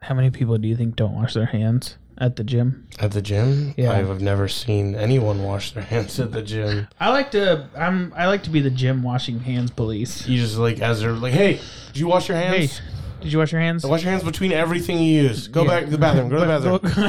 How many people do you think don't wash their hands at the gym? At the gym? Yeah. I've never seen anyone wash their hands at the gym. I like to I'm I like to be the gym washing hands police. You just like, as they're like, hey, did you wash your Hey, hands? did you wash your hands? Wash your hands between everything you use. Go Yeah. back to the bathroom. Go to the bathroom.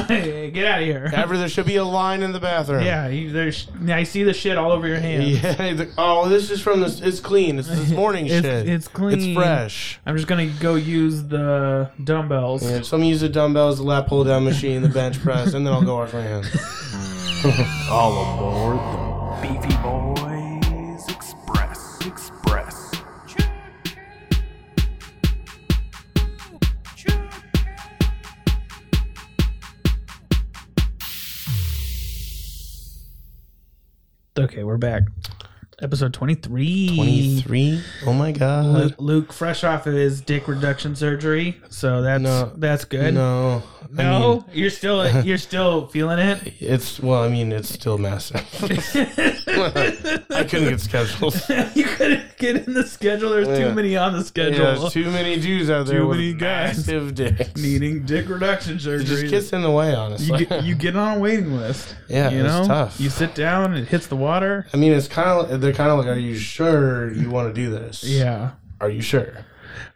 Hey, Get out of here. Ever there should be a line in the bathroom. yeah, you, there's I see the shit all over your hands. Yeah. he's like, Oh, this is from this. It's clean. It's this morning It's- shit. it's clean. It's fresh. I'm just gonna go use the dumbbells. Yeah, some use the dumbbells, the lat pull down machine, the bench press, and then I'll go wash my hands. All aboard the Beefy Boys Express. Express. Okay, we're back. Episode 23. 23. Oh my Lu- god. Luke, fresh off of his dick reduction surgery, so that's No. that's good. No. I No, mean, you're still you're still feeling it. it's well. I mean, it's still massive. I couldn't get scheduled. you couldn't get in the schedule. There's Yeah. too many on the Yeah, schedule. there's too many Jews out there Too with many guys. massive dicks. Needing dick reduction surgery. Just gets in the way, honestly. you get, you get on a waiting list. Yeah, you it's know, tough. you sit down, it hits the water. I mean, it's kind of they're kind of like, are you sure you want to do this? Yeah, Are you sure?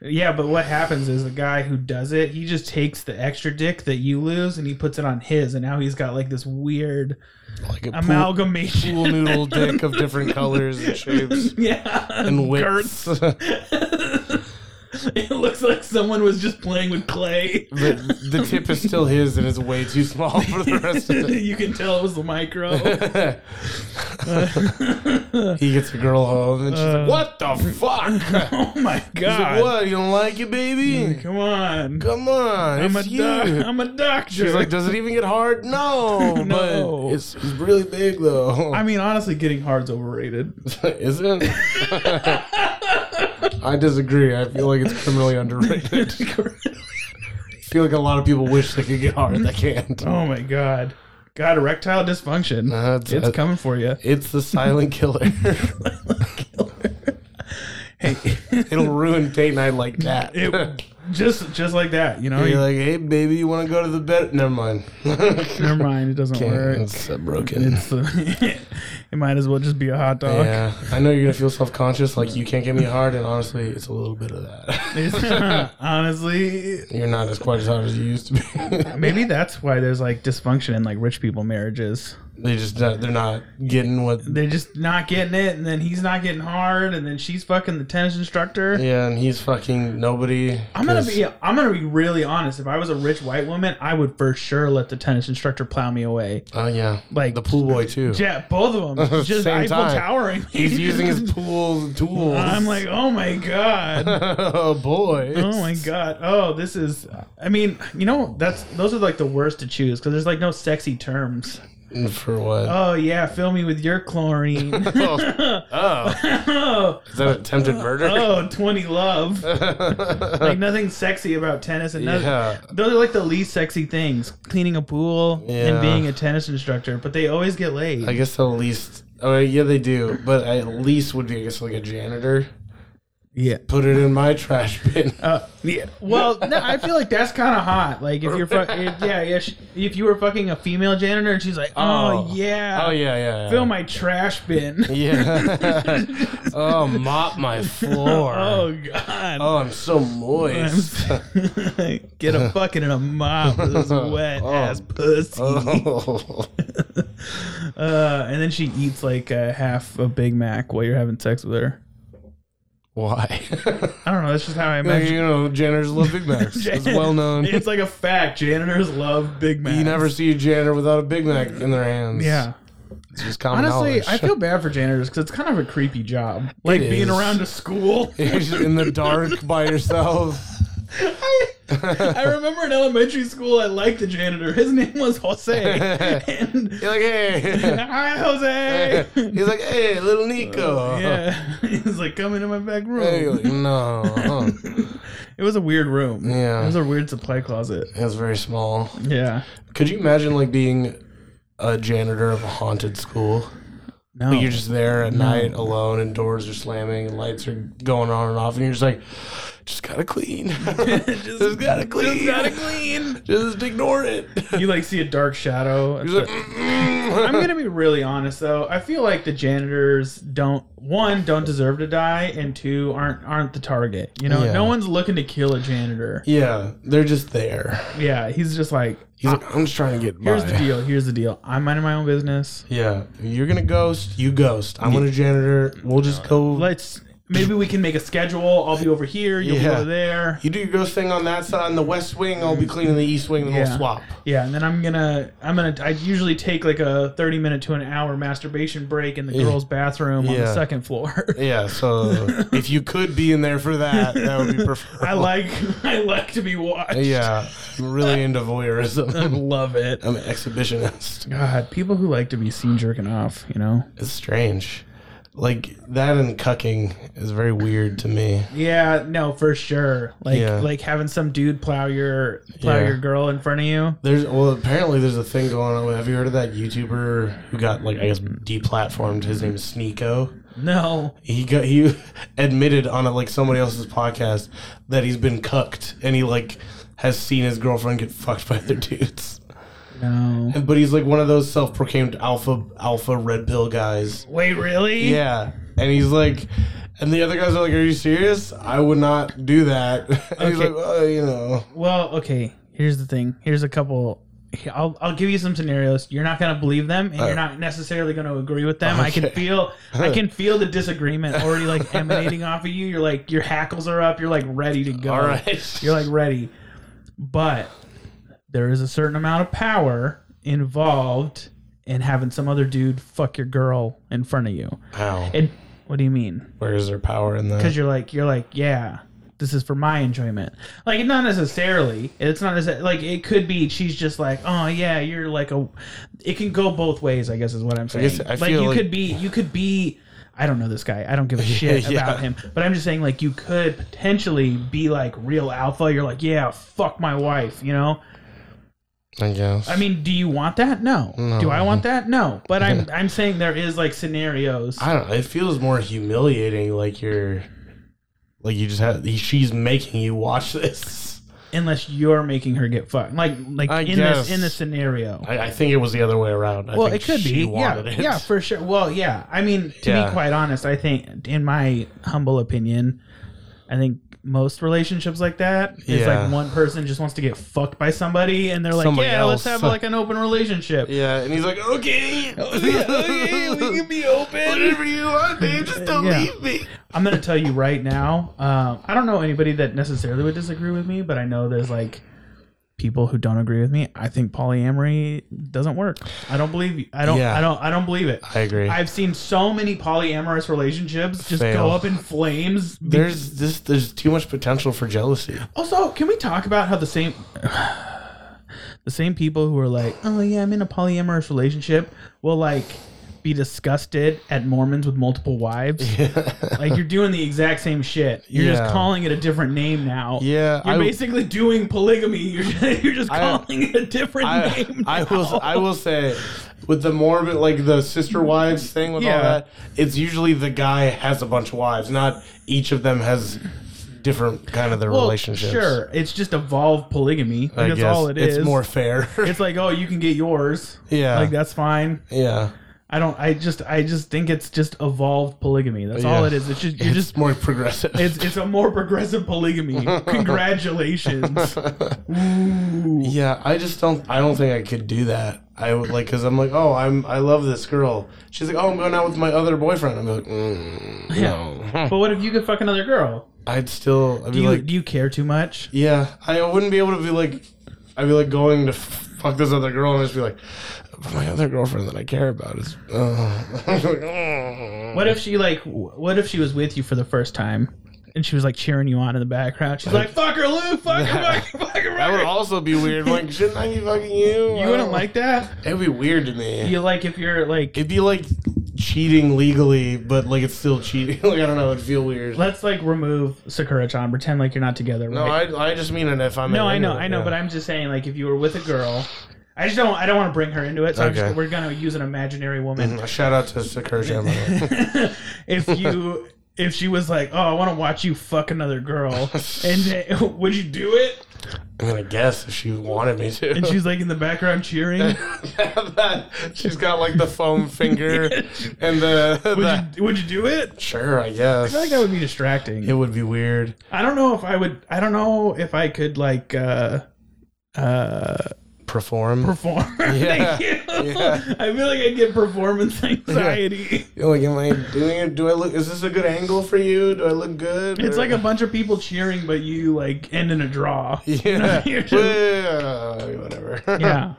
yeah. But what happens is the guy who does it, he just takes the extra dick that you lose and he puts it on his, and now he's got like this weird Like a pool, amalgamation. pool noodle dick of different colors and shapes yeah, and girths. widths. but It looks like someone was just playing with clay. the tip is still his, and it's way too small for the rest of you can tell it was the micro. it. he gets a girl home, and she's Uh. like, "What the fuck?" oh my He's god! like, "What? You don't like it, baby? Come on, Come on, I'm a it's you." doc- I'm a doctor. She's like, "Does it even get hard? No, No. but it's, it's really big though." I mean, honestly, getting hard's overrated. Is it? I disagree. I feel like it's criminally underrated. I feel like a lot of people wish they could get hard. They can't. oh my god, God, erectile dysfunction. Uh, it's, it's uh, coming for you. it's the silent killer. Hey, It'll ruin date night like that. it, just just like that, you know. You're You- like, hey, baby, you want to go to the bed? Never mind. Never mind, it doesn't work. it's uh, broken. It's the- it might as well just be a hot dog. yeah, I know you're gonna feel self conscious, like you can't get me hard, and honestly, it's a little bit of that. Honestly, you're not as quite as hard as you used to be. maybe that's why there's like dysfunction in like rich people marriages. they just not, they're not getting what They're just not getting it, and then he's not getting hard, and then she's fucking the tennis instructor. Yeah, and he's fucking nobody. I'm gonna 'cause be I'm gonna be really honest. If I was a rich white woman, I would for sure let the tennis instructor plow me away. Oh yeah, Like- the pool boy too. Yeah, both of them just Same Eiffel time. towering. He's using his pool tools. I'm like, oh my god. oh boy. Oh my god! Oh, this is. I mean, you know, that's those are like the worst to choose because there's like no sexy terms. god. For what? Oh yeah, fill me with your chlorine. Oh. oh, Is that attempted murder? oh, twenty love. Like nothing sexy about tennis and nothing. yeah. Those are like the least sexy things: cleaning a pool and Yeah. being a tennis instructor. But they always get laid. I guess the least. Oh yeah, they do. But I at least would be, I guess, like a janitor. yeah. Put it in my trash bin. Uh, yeah. Well, no, I feel like that's kind of hot. Like if you're, fu- if, yeah, yeah. sh- If you were fucking a female janitor and she's like, oh, Oh. yeah, oh yeah, yeah. yeah. fill my trash bin. Yeah. oh, mop my floor. Oh God! Oh, I'm so moist. Get a bucket and a mop with this wet ass pussy. Oh. Uh, and then she eats like uh, half a Big Mac while you're having sex with her. Why? I don't know. That's just how I Like, imagine. you know, janitors love Big Macs. It's well known. It's like a fact. Janitors love Big Macs. you never see a janitor without a Big Mac in their hands. Yeah. It's just common Honestly, knowledge. I feel bad for janitors because it's kind of a creepy job. Like It being is. around a school. You're just in the dark by yourself. I, I remember in elementary school, I liked the janitor. His name was Jose. And You're like, hey. hi, Jose. He's like, hey, little Nico. Yeah. He's like, come into my back Hey, you're room. like, no. uh-huh. It was a weird room. Yeah. It was a weird supply closet. That's very small. Yeah. Could you imagine, like, being a janitor of a haunted school? No. Like, you're just there at night alone and doors are slamming and lights are going on and off and you're just like, just gotta clean. just, gotta clean. Just gotta clean. ignore it. You like see a dark shadow. He's like, I'm gonna be really honest though. I feel like the janitors don't one don't deserve to die, and two aren't aren't the target. You know, Yeah. no one's looking to kill a janitor. yeah, they're just there. Yeah, he's just like, He's like, I'm just trying to get by. here's the deal. Here's the deal. I'm minding my own business. Yeah, you're gonna ghost. You ghost. I'm gonna janitor. We'll just go. Let's maybe we can make a schedule. I'll be over here. You'll be Yeah. over there. you do your ghost thing on that side, in the west wing. I'll be cleaning the east wing, and Yeah. we'll swap. Yeah, and then I'm gonna I'm gonna I usually take like a 30 minute to an hour masturbation break in the Yeah. girls' bathroom on the Yeah. second floor. Yeah. So if you could be in there for that, that would be preferable. I like I like to be watched. Yeah, I'm really into I voyeurism. love it. I'm an exhibitionist. God, people who like to be seen jerking off, you know? It's strange. Like that and cucking is very weird to me. Yeah, no, for sure. Like Yeah. like having some dude plow your plow Yeah. your girl in front of you. There's well, apparently there's a thing going on. Have you heard of that YouTuber who got like I guess deplatformed? His name is Sneeko. No. he got he admitted on a, like somebody else's podcast that he's been cucked and he like has seen his girlfriend get fucked by other dudes. No. And, but he's like one of those self-proclaimed alpha alpha red pill guys. Wait, really? Yeah, and he's like, and the other guys are like, "Are you serious? I would not do that." And he's Okay. like, "Well, you know, Well, okay. Here's the thing. Here's a couple. I'll, I'll give you some scenarios. You're not gonna believe them, and you're not necessarily gonna agree with them. I can Uh, Okay. Uh. feel, I can feel the disagreement already like emanating off of you. You're like your hackles are up. You're like ready to go. all right." You're like ready, but there is a certain amount of power involved in having some other dude fuck your girl in front of you. How? And what do you mean? Where is there power in that? because you're like you're like yeah this is for my enjoyment like not necessarily it's not necessarily, like it could be she's just like oh yeah you're like a it can go both ways i guess is what i'm saying guess I like feel you like- could be you could be i don't know this guy i don't give a shit yeah. about him but i'm just saying like you could potentially be like real alpha you're like yeah fuck my wife you know I guess. i mean do you want that no, do i want that no but i'm i'm saying there is like scenarios I don't know. It feels more humiliating. Like you're, like you just have. She's making you watch this. unless you're making her get fucked like like I in guess. this in this scenario I, I think it was the other way around. I well, think it could she be. Yeah, wanted it. yeah, for sure. Well, yeah. I mean, to be Yeah. quite honest, I think, in my humble opinion, I think most relationships like that is Yeah. like one person just wants to get fucked by somebody, and they're like, Somebody "Yeah, let's else." have like an open relationship." Yeah, and he's like, okay, be open. whatever you want, babe, just don't Yeah. leave me. I'm gonna tell you right now. Um, I don't know anybody that necessarily would disagree with me, but I know there's like people who don't agree with me. I think polyamory doesn't work. I don't believe you. I don't. Yeah. I don't. I don't believe it. I agree. I've seen so many polyamorous relationships just Fail. go up in flames. Be- there's this. There's too much potential for jealousy. Also, can we talk about how the same the same people who are like, "Oh yeah, I'm in a polyamorous relationship," will like be disgusted at Mormons with multiple wives. like you're doing the exact same shit. You're Yeah. just calling it a different name now. Yeah, You're I- basically doing polygamy. You're just, you're just I- calling it a different I, name. I now. will. I will say, with the Mormon, like the sister wives thing, with Yeah. all that, it's usually the guy has a bunch of wives, not each of them has different kind of their Well, relationships. Oh, Sure, it's just evolved polygamy. Like, I that's guess all it is. it's more fair. it's like oh you can get yours Yeah. like that's fine yeah, i don't i just i just think it's just evolved polygamy that's all Yeah. it is it's just you're it's just more progressive. it's it's a more progressive polygamy congratulations Ooh. Yeah, I just don't. I don't think I could do that. I would like because I'm like, oh, I'm I love this girl. She's like, oh, I'm going out with my other boyfriend. I'm like, mm, no. but what if you could fuck another girl I'd still. I'd do be you like, do you care too much yeah, I wouldn't be able to be like. I'd be like going to f- fuck this other girl and just be like, but my other girlfriend that I care about is. Uh. what if she like w- what if she was with you for the first time and she was like cheering you on in the background she's like fuck her lou fuck her fuck her fuck her, that fuck would her. also be weird. Like, shouldn't I be fucking you? you wouldn't like that It'd be weird to me. you like if you're like It'd be like cheating legally, but like it's still cheating. like I don't know. It'd feel weird. let's like remove sakura-chan pretend like you're not together No, right? I, I just mean it if I'm. No, an I know, intimate, I know, yeah. but I'm just saying, like, if you were with a girl, I just don't, I don't want to bring her into it. So I'm just, Okay. we're gonna use an imaginary woman. Mm-hmm. shout out to Sakura Gemini. if you, if she was like, "Oh, I want to watch you fuck another girl," and they- would you do it? I mean, I guess if she wanted me to. And she's like in the background cheering. That- she's got like the foam finger and the. the- Would you, would you do it? sure, I I guess. feel like that would be distracting. it would be weird. I don't know if I would. I don't know if I could like uh uh Perform. perform. Yeah. Thank you. Yeah. I feel like I get performance anxiety. You're like, am I doing it? Do I look? Is this a good angle for you? Do I look good? It's Or- like a bunch of people cheering, but you like end in a draw. yeah, You're just- Yeah, whatever. yeah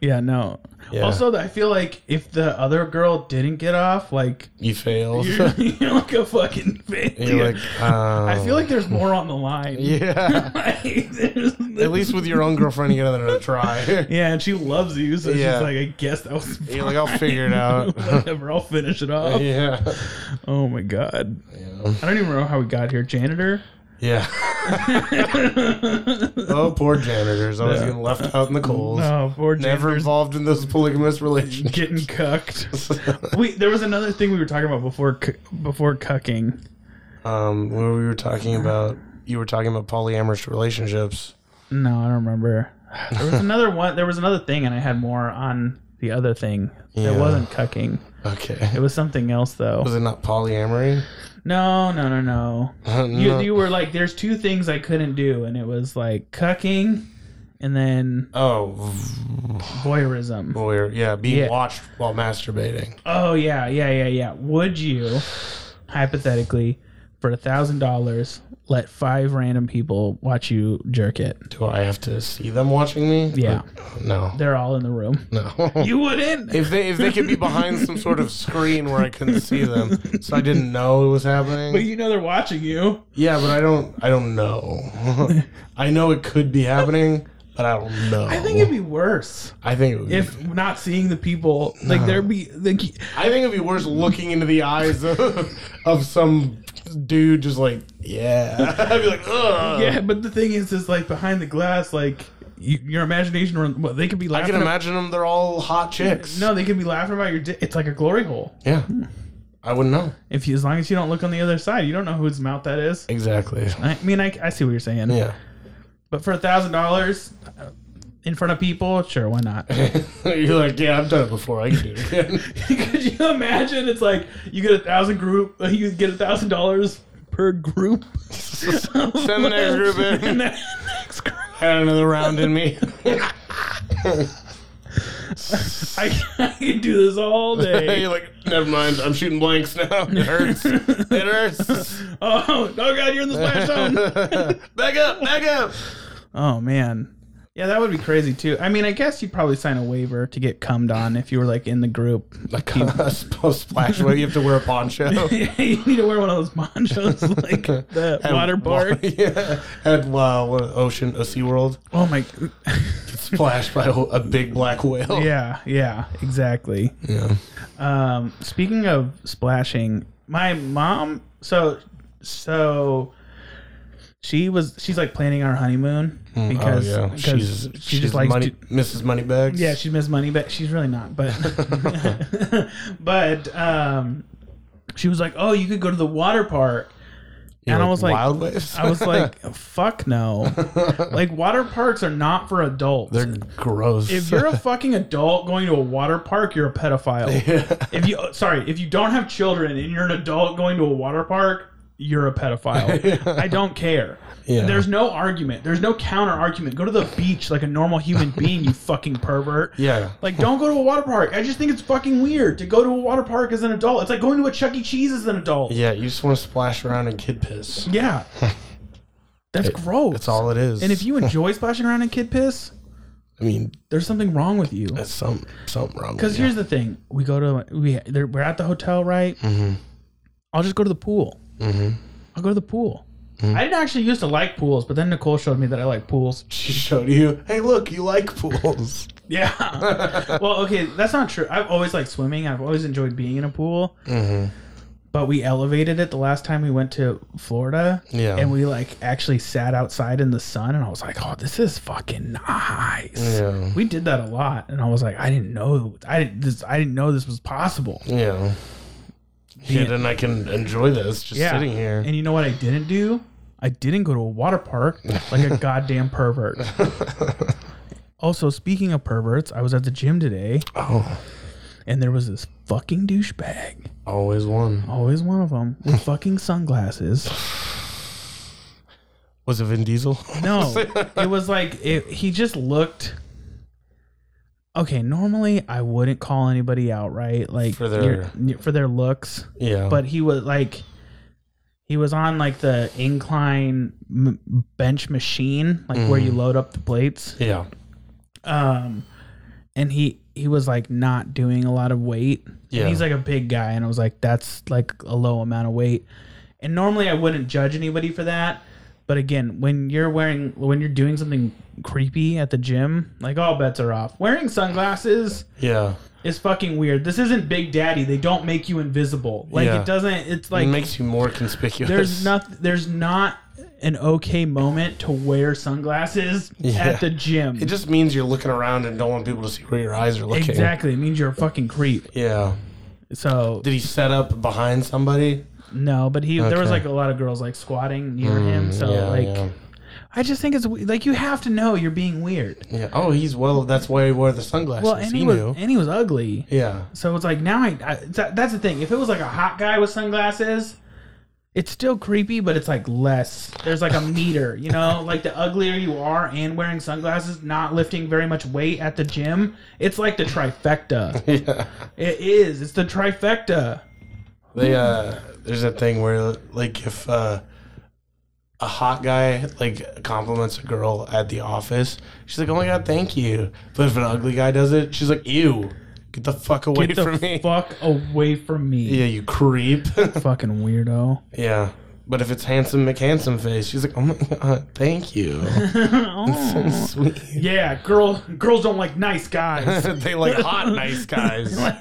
yeah no Yeah. also i feel like if the other girl didn't get off like you failed. you're, You're, you're like a fucking failure like, um, i feel like there's more on the line yeah. Like, there's- At least with your own girlfriend, you got another try. yeah and she loves you so Yeah. she's like i guess that was You're like, I'll figure it out. whatever i'll finish it off yeah. oh my god Yeah. i don't even know how we got here janitor oh, poor janitors. Always Yeah. getting left out in the cold. no Oh, poor Never janitor's involved in those polygamous relationships. getting cucked we there was another thing we were talking about before cu- before cucking um, where we were talking about, you were talking about polyamorous relationships. No, I don't remember. There was another one. There was another thing, and I had more on the other thing. Yeah. It wasn't cucking. It Okay. was something else, though. Was it not polyamory? No, no, no, no. You, Uh, No. you were like, there's two things I couldn't do, and it was like cucking, and then Oh, voyeurism. voyeur. Yeah, being Yeah. watched while masturbating. Oh yeah, yeah, yeah, yeah. Would you, hypothetically, for a thousand dollars, let five random people watch you jerk it? Do I have to see them watching me? Yeah. Like, no. They're all in the room. No. You wouldn't. if they if they could be behind some sort of screen where I couldn't see them, so I didn't know it was happening. But you know they're watching you. yeah, but I don't I don't know. I know it could be happening, but I don't know. I think it'd be worse I think it would be, if not seeing the people. Like there'd be like I think it'd be worse looking into the eyes of, of some dude just like yeah. I'd be like ugh. yeah, but the thing is, is like behind the glass, like you, your imagination. run- Well, they could be I laughing. can imagine them. They're all hot chicks. no, they could be laughing about your. Di- it's like a glory hole. Yeah. I wouldn't know. If you, as long as you don't look on the other side, you don't know whose mouth that is. Exactly. I mean, I, I see what you're saying. Yeah. But for a thousand dollars, uh, in front of people, sure, why not? You're like, yeah, I've done it before. I can do it again. Could you imagine? It's like you get a thousand group, you get a thousand dollars per group. Send the next group in. Next group. Had another round in me. I, I can do this all day. You're like, never mind. I'm shooting blanks now. It hurts. It hurts. oh, oh god, you're in the splash zone. back up. Back up. Oh man. Yeah, that would be crazy too. I mean, I guess you'd probably sign a waiver to get cummed on if you were like in the group. Like a splash where you have to wear a poncho. you need to wear one of those ponchos like the water park. yeah. At wow, what, ocean, a SeaWorld. Oh my Splashed by a, a big black whale. Yeah, yeah, exactly. Yeah. Um, speaking of splashing, my mom. So, so she was. She's like planning our honeymoon because, oh, yeah. because she's, she she's just likes. money, to, Mrs. Moneybags. yeah, she's Miss Money, but she's really not. But, but um, she was like, "Oh, you could go to the water park." You're and I was like- wild waves. I was like, "Fuck no!" Like water parks are not for adults. they're gross. if you're a fucking adult going to a water park, you're a pedophile. If you sorry, if you don't have children and you're an adult going to a water park, you're a pedophile. I don't care. Yeah. There's no argument. There's no counter argument. Go to the beach like a normal human being, you fucking pervert. yeah. Like don't go to a water park. I just think it's fucking weird to go to a water park as an adult. It's like going to a Chuck E. Cheese as an adult. Yeah, you just want to splash around in kid piss. Yeah. That's gross. That's all it is. And if you enjoy splashing around in kid piss, I mean, there's something wrong with you. that's some something wrong. Because with you. here's the thing: we go to we there, we're at the hotel, right? I'll just go to the pool. I'll go to the pool. I didn't actually used to like pools, but then Nicole showed me that I like pools. she showed you, hey, look, you like pools. Yeah. well, okay, that's not true. I've always liked swimming. I've always enjoyed being in a pool. But we elevated it the last time we went to Florida. Yeah. And we like actually sat outside in the sun, and I was like, "Oh, this is fucking nice." Yeah. We did that a lot, and I was like, "I didn't know. I didn't. This, I didn't know this was possible." Yeah. shit, and I can enjoy this just yeah. sitting here. And you know what I didn't do? I didn't go to a water park like a goddamn pervert. also, speaking of perverts, I was at the gym today oh, and there was this fucking douchebag, always one. always one of them, with fucking sunglasses. Was it Vin Diesel? No, it was like it, he just looked. Okay, normally I wouldn't call anybody out, right? Like For their- your- for their looks, yeah, but he was like he was on like the incline m- bench machine, like where you Mm. load up the plates. yeah, Um, and he he was like not doing a lot of weight. Yeah. And he's like a big guy, and I was like, that's like a low amount of weight. And normally I wouldn't judge anybody for that, but again, when you're wearing when you're doing something creepy at the gym, like all bets are off. Wearing sunglasses yeah. is fucking weird. This isn't Big Daddy. They don't make you invisible. Like Yeah. it doesn't. It's it like makes you more conspicuous. there's not there's not an okay moment to wear sunglasses Yeah. at the gym. It just means you're looking around and don't want people to see where your eyes are looking. Exactly. It means you're a fucking creep. Yeah. So Did he set up behind somebody? no, but he there was Okay. Mm, like a lot of girls like squatting near him. So yeah, like yeah. I just think it's we- like you have to know you're being weird. Yeah. Oh, he's well. That's why he wore the sunglasses. Well, and he, he was knew. and he was ugly. yeah. So it's like now I, I that, that's the thing. If it was like a hot guy with sunglasses, it's still creepy, but it's like less. There's like a meter, you know. Like the uglier you are and wearing sunglasses, not lifting very much weight at the gym, it's like the trifecta. Yeah. it is. It's the trifecta. They uh, there's that thing where like if uh, a hot guy like compliments a girl at the office, she's like, "Oh my god, thank you." But if an ugly guy does it, she's like, "Ew, get the fuck away Get from the me." fuck away from me, Yeah, you creep. fucking weirdo. yeah. But if it's handsome McHandsome face, she's like, "Oh my god, thank you." Oh. That's so sweet. Yeah, girl, girls don't like nice guys. they like hot, nice guys. like,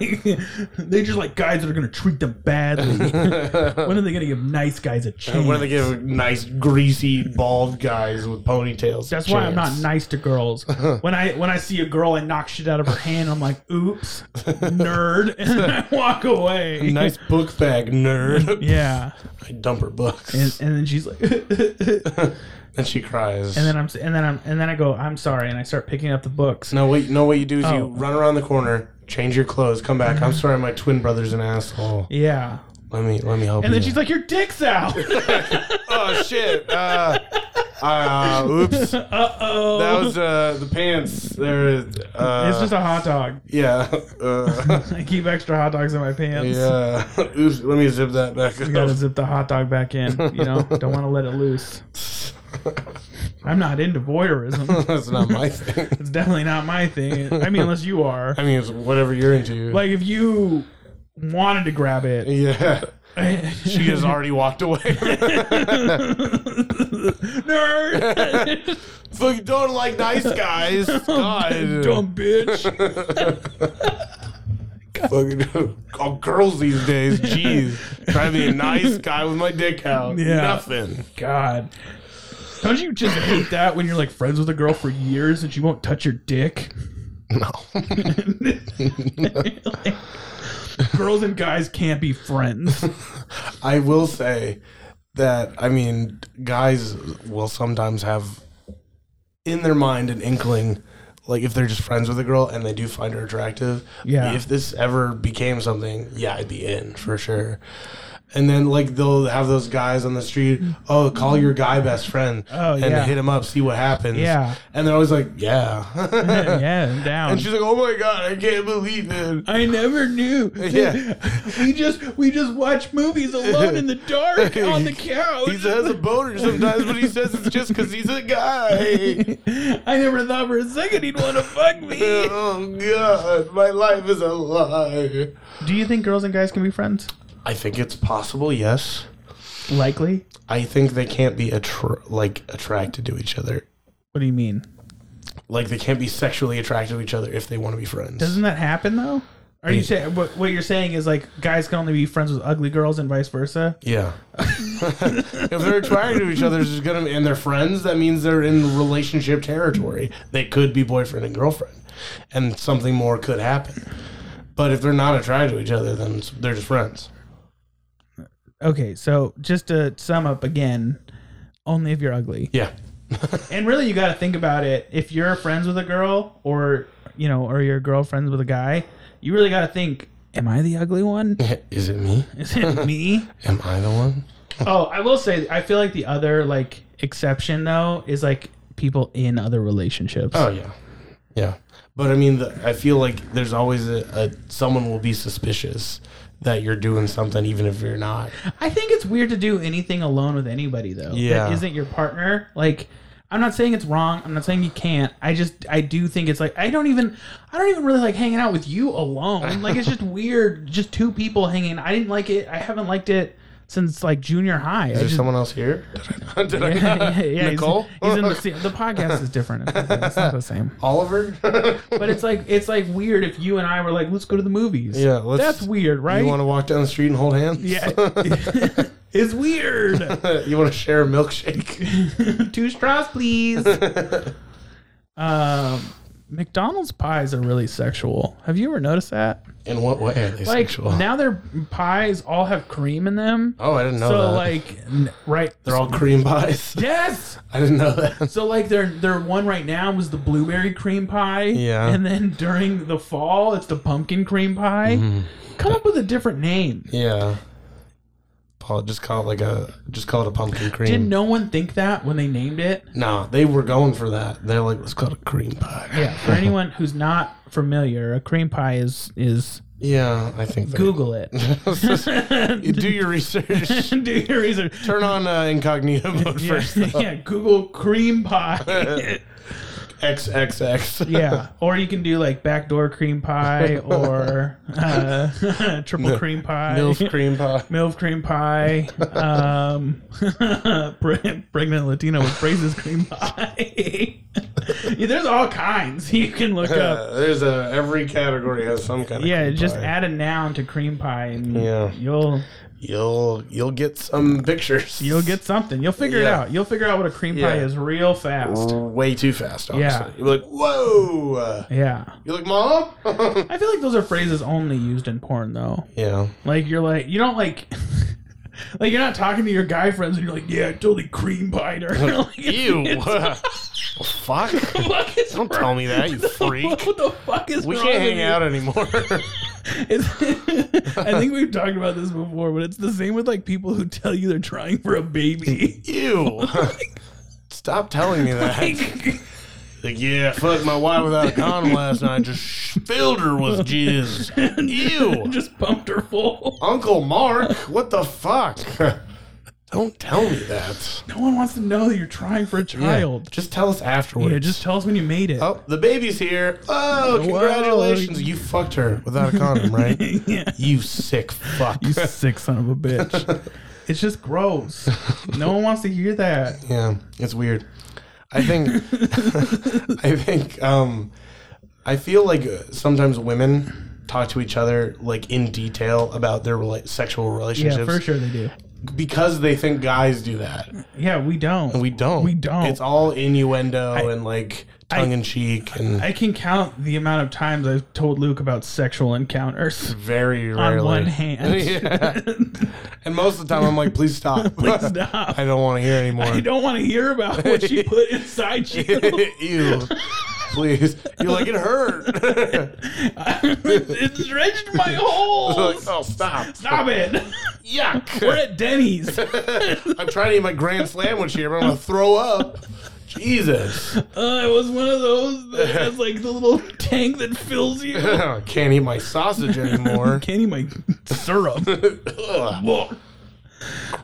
they just like guys that are gonna treat them badly. when are they gonna give nice guys a chance? What do they give nice, greasy, bald guys with ponytails? That's why I'm not nice to girls. when I when I see a girl and knock shit out of her hand, I'm like, "Oops, nerd," and I walk away. Nice book bag, nerd. Yeah, I dump her books. and, and then she's like, and and she cries. then I'm and then I'm and then I go, "I'm sorry," and I start picking up the books. no, wait, no, what you do is you Oh. Mm-hmm. run around the corner, change your clothes, come back. I'm sorry, my twin brother's an asshole. Yeah, Let me, let me help and you. then she's like, "Your dick's out." oh shit. Uh, uh, oops. That Uh oh. was uh, the pants. There is. Uh, It's just a hot dog. yeah. Uh, I keep extra hot dogs in my pants. yeah. Uh, Oops. Let me zip that back You gotta up. zip the hot dog back in. You know, don't want to let it loose. I'm not into voyeurism. That's not my thing. It's definitely not my thing. I mean, unless you are. I mean, it's whatever you're into. Like, if you wanted to grab it, yeah. She nerd. has already walked away. Fucking don't like nice guys. God. Dumb bitch. Fucking all girls these days. Jeez. Try to be a nice guy with my dick out. Yeah. Nothing. God. Don't you just hate that when you're like friends with a girl for years and she won't touch your dick? No. Like, girls and guys can't be friends. I will say that, I mean, guys will sometimes have in their mind an inkling. Like if they're just friends with a girl and they do find her attractive, Yeah. If this ever became something, yeah, I'd be in for sure. And then like they'll have those guys on the street. Oh, call your guy best friend Oh, and yeah. hit him up, see what happens. Yeah. and they're always like, yeah. yeah, I'm down. And she's like, oh my god, I can't believe it. I never knew. Yeah. we just we just watch movies alone in the dark on the couch. He has a boner sometimes, but he says it's just because he's a guy. I never thought for a second he'd want to fuck me. oh god, my life is a lie. Do you think girls and guys can be friends? I think it's possible, yes. Likely. I think they can't be attr like attracted to each other. What do you mean? Like they can't be sexually attracted to each other if they want to be friends. Doesn't that happen though? Are you saying what, what you're saying is like guys can only be friends with ugly girls and vice versa? yeah. if they're attracted to each other, it's just gonna and they're friends. That means they're in relationship territory. They could be boyfriend and girlfriend, and something more could happen. But if they're not attracted to each other, then it's- they're just friends. okay, so just to sum up again, only if you're ugly. Yeah. And really, you got to think about it. If you're friends with a girl, or you know, or your girlfriend's with a guy, you really got to think: Am I the ugly one? Is it me? Is it me? Am I the one? oh, I will say, I feel like the other like exception though is like people in other relationships. Oh yeah, yeah. But I mean, the, I feel like there's always a, a someone will be suspicious that you're doing something, even if you're not. I think it's weird to do anything alone with anybody though. Yeah. That isn't your partner. Like I'm not saying it's wrong. I'm not saying you can't. I just I do think it's like I don't even I don't even really like hanging out with you alone. Like it's just weird just two people hanging. I didn't like it. I haven't liked it since like junior high. I Is there just, someone else here? Did I, yeah, yeah, yeah, he's- Nicole? He's, in the, see, the podcast is different. It's not, it's not the same. Oliver? But it's like it's like weird if you and I were like, let's go to the movies. Yeah, let's- that's weird, right? You want to walk down the street and hold hands? yeah, it's weird. you want to share a milkshake? Two straws, please. um, McDonald's pies are really sexual. Have you ever noticed that? In what way are they Like sexual? now, their pies all have cream in them. oh, I didn't know so that. like, n- right? They're all cream pies. yes. I didn't know that. So like their their one right now was the blueberry cream pie. Yeah. And then during the fall, it's the pumpkin cream pie. Mm-hmm. Come up with a different name. Yeah. Paul, just call it like a just call it a pumpkin cream. Did no one think that when they named it? No, they were going for that. They're like, let's call it a cream pie. Yeah. For anyone who's not familiar, a cream pie is is Yeah, I think they- Google it. You do your research. Do your research. Turn on uh, incognito mode Yeah, first. yeah, Google cream pie. XXX. yeah, or you can do like backdoor cream pie or uh, triple cream pie, Milf cream pie. MILF cream pie, um, pre- pregnant Latino with braces cream pie. Yeah, there's all kinds you can look up. Uh, there's a every category has some kind of Yeah, cream just pie. add a noun to cream pie and Yeah. you'll you'll you'll get some pictures. you'll get something. You'll figure it Yeah. out. You'll figure out what a cream pie Yeah. Oh. is real fast. way too fast. Obviously. Yeah. you're like, whoa. Uh, Yeah. You're like, mom. I feel like those are phrases only used in porn, though. yeah, Like you're like you don't like, like you're not talking to your guy friends and you're like, yeah, I totally cream pied her. like, Ew. Well, Fuck. Fuck is Don't wrong- tell me that, you freak. What the fuck is We wrong can't with hang you? out anymore. It's- I think we've talked about this before, but it's the same with like people who tell you they're trying for a baby. Oh Ew. Stop telling me that. Like, Like, yeah, fuck my wife without a condom last night. Just filled her with jizz. Ew. just pumped her full. Uncle Mark, what the fuck? Don't tell me that. No one wants to know that you're trying for a child. Just tell us Yeah, afterwards. just tell us when you made it. Oh, the baby's here. Oh, congratulations. You fucked her without a condom, right? yeah. you sick fuck. You sick son of a bitch. It's just gross. No one wants to hear that. yeah, it's weird. I think I think um I feel like sometimes women talk to each other like in detail about their rela- sexual relationships Yeah, for sure they do. because they think guys do that. Yeah, we don't. We don't. We don't. It's all innuendo and like tongue in cheek and I can count the amount of times I've told Luke about sexual encounters very on rarely. one hand. Yeah. And most of the time I'm like, please stop. Please stop. I don't want to hear anymore. I don't want to hear about what she put inside you. Ew. Please. You're like, it hurt. it stretched my like, holes. oh, stop. Stop it. We're Yuck. at Denny's. Uh, I'm trying to eat my Grand Slam one here, but I'm going to throw up. Jesus. Uh, it was one of those that has like the little tank that fills you. Can't eat my sausage anymore. Can't eat my syrup. Ugh, Whoa.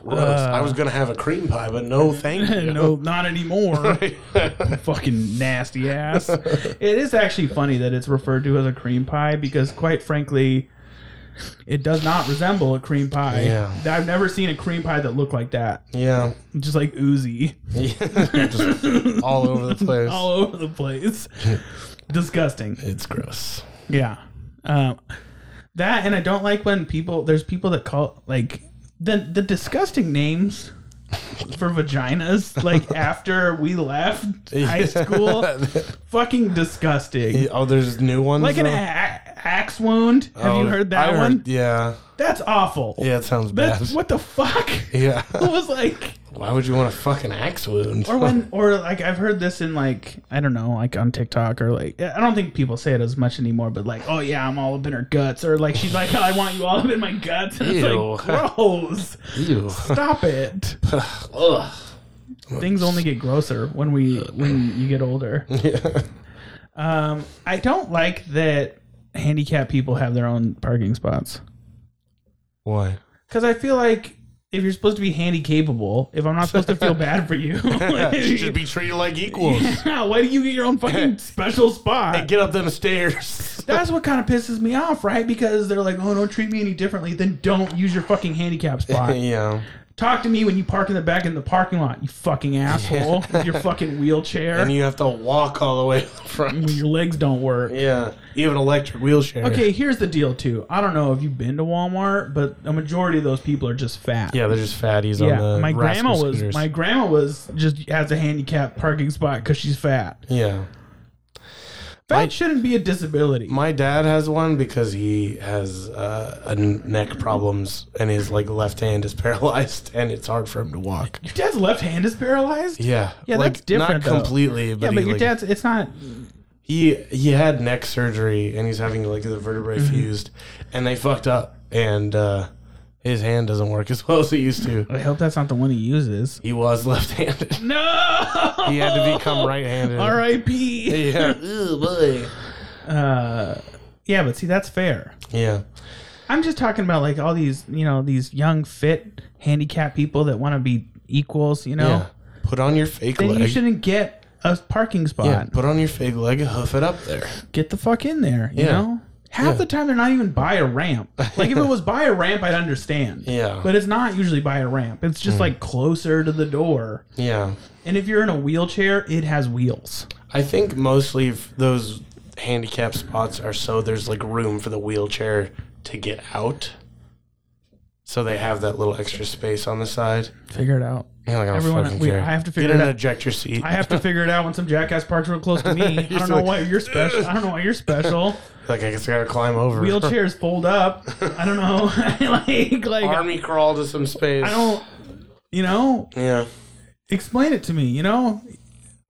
gross. I was going to have a cream pie, but no, thank you. no, not anymore. Fucking nasty ass. it is actually funny that it's referred to as a cream pie because, quite frankly, it does not resemble a cream pie. Yeah. I've never seen a cream pie that looked like that. yeah. Just like oozy Just all over the place. all over the place. Disgusting. it's gross. Yeah. Um, that and I don't like when people there's people that call like the the disgusting names for vaginas like after we left high school fucking disgusting. Oh, there's new ones? Like an a- though? a- axe wound. Have you Oh, heard that I one? yeah. That's awful. Yeah, it sounds bad. That's what the fuck. Yeah. it was like, Why would you want a fucking axe wound? or when, or like I've heard this in like I don't know, like on TikTok or like I don't think people say it as much anymore, but like, oh yeah, I'm all up in her guts, or like she's like, oh, I want you all up in my guts, and it's like gross. Ew. Stop it. Ugh. Things only get grosser when we when you get older. Yeah. Um, I don't like that handicapped people have their own parking spots. Why? Because I feel like if you're supposed to be handy capable, if I'm not supposed to feel bad for you, You should be treated like equals. yeah, why do you get your own fucking special Hey, spot? get up them stairs. That's what kind of pisses me off, right? Because they're like, oh, don't treat me any differently. Then don't use your fucking handicap spot. yeah. Talk to me when you park in the back in the parking lot, you fucking asshole. with Your fucking wheelchair. And you have to walk all the way to the front. your legs don't work. Yeah. You have an electric wheelchair. Okay, here's the deal, too. I don't know if you've been to Walmart, but a majority of those people are just fat. Yeah, they're just fatties Yeah, on the my rascal grandma was scooters. my grandma was just has a handicapped parking spot because she's fat. Yeah. Fat shouldn't be a disability. My dad has one because he has uh, a n- neck problems and his like left hand is paralyzed and it's hard for him to walk. your dad's left hand is paralyzed. Yeah, Yeah, like, that's different, Not though. completely, but, Yeah, he, but your like, dad's it's not. he he had neck surgery and he's having like the vertebrae fused, and they fucked up and uh, his hand doesn't work as well as it used to. I hope that's not the one he uses. He was left-handed. No. He had to become right-handed. R.I.P. Yeah. Ew, boy. Uh, yeah, but see, that's fair. Yeah. I'm just talking about like all these, you know, these young, fit, handicapped people that want to be equals. You know, Yeah. Put on your fake then leg. you shouldn't get a parking spot. yeah. Put on your fake leg and hoof it up there. get the fuck in there. You Yeah. know, half the time they're not even by a ramp. Like if it was by a ramp, I'd understand. Yeah. Hmm. but it's not usually by a ramp. It's just like closer to the door. Yeah. And if you're in a wheelchair, it has wheels. I think mostly f- those handicap spots are so there's like room for the wheelchair to get out. So they have that little extra space on the side. Figure it out. You're like, I don't Everyone, fucking we, care. I have to get figure in it an out. ejector seat. I have to figure it out when some jackass parks real close to me. I don't know like- why you're special. I don't know why you're special. like I guess I gotta climb over. Wheelchairs fold up. I don't know. like, like Army crawl to some space. I don't. You know, Yeah. explain it to me. You know,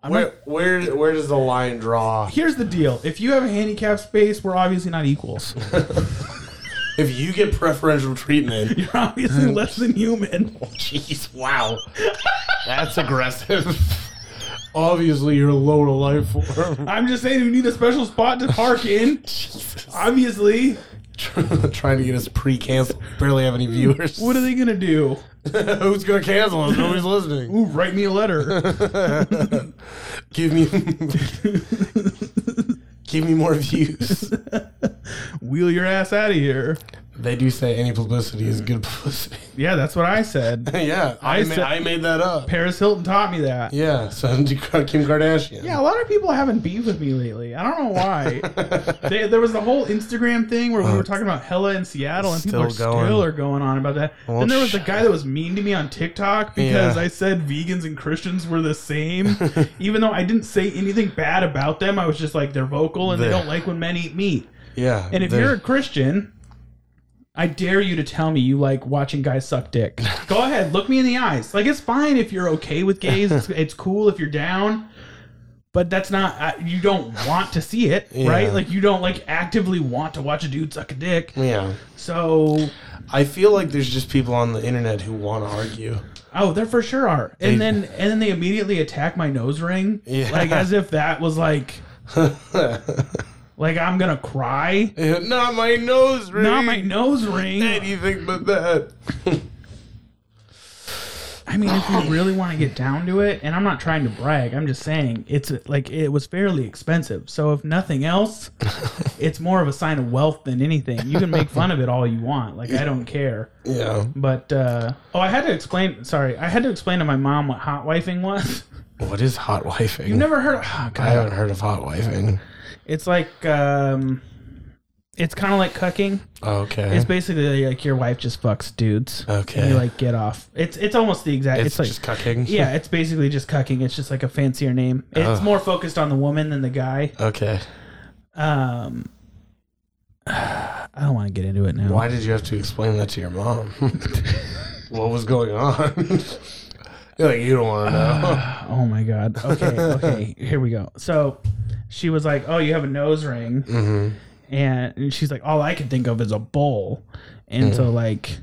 I'm Where where where does the line draw? here's the deal. If you have a handicap space, we're obviously not equals. If you get preferential treatment, You're obviously less than human. jeez, wow, that's aggressive. Obviously, you're a lower life form. I'm just saying you need a special spot to park in. obviously. trying to get us pre-canceled. Barely have any viewers. What are they gonna do? Who's gonna cancel us? Nobody's listening. Ooh, write me a letter. Give me, give me more views. Wheel your ass out of here. They do say any publicity is good publicity. Yeah, that's what I said. yeah, I, I ma- said- I made that up. Paris Hilton taught me that. Yeah, so did Kim Kardashian. Yeah, a lot of people haven't beef with me lately. I don't know why. they, there was the whole Instagram thing where we were talking about Hella in Seattle, and people are Oh. Still going. still are going on about that. Well, then there was the shut guy that was mean to me on TikTok because Yeah. I said vegans and Christians were the same, even though I didn't say anything bad about them. I was just like they're vocal and they They- don't like when men eat meat. yeah. And if they- you're a Christian, I dare you to tell me you like watching guys suck dick. Go ahead, look me in the eyes. Like it's fine if you're okay with gays. It's, it's cool if you're down. But that's not uh, you don't want to see it, right? Yeah. Like you don't like actively want to watch a dude suck a dick. yeah, So, I feel like there's just people on the internet who want to argue. oh, there for sure are. And They- then and then they immediately attack my nose ring, Yeah. like as if that was like like I'm gonna cry. Not my nose ring. Not my nose ring. anything but that. I mean, if you really want to get down to it, and I'm not trying to brag, I'm just saying it's like it was fairly expensive. So if nothing else, it's more of a sign of wealth than anything. You can make fun of it all you want. Like I don't care. Yeah. But uh, oh, I had to explain. Sorry, I had to explain to my mom what hot wifing was. What is hot wifing? You never heard? Of, oh I god, haven't heard of hot wifing. it's like um, it's kind of like cucking. Okay. It's basically like your wife just fucks dudes. Okay. And you like get off. It's it's almost the exact. It's, it's like just cucking. Yeah, it's basically just cucking. It's just like a fancier name. It's Oh. more focused on the woman than the guy. Okay. Um, I don't want to get into it now. Why did you have to explain that to your mom? what was going on? You're like, you don't want to know. Oh my god. Okay, okay. Here we go. So she was like, "Oh, you have a nose ring," Mm-hmm. and, and she's like, "All I can think of is a bowl," and Mm. so like.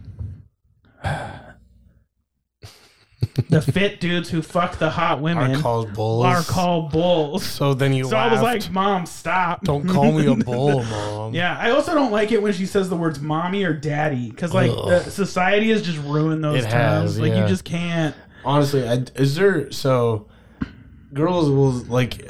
the fit dudes who fuck the hot women Are called bulls. are called bulls. So then you So I was laughed. like, "Mom, stop! don't call me a bull, mom. Yeah, I also don't like it when she says the words "mommy" or "daddy" because like Ugh. the society has just ruined those It terms. has, like you yeah. just can't. Honestly, I, is there so girls will like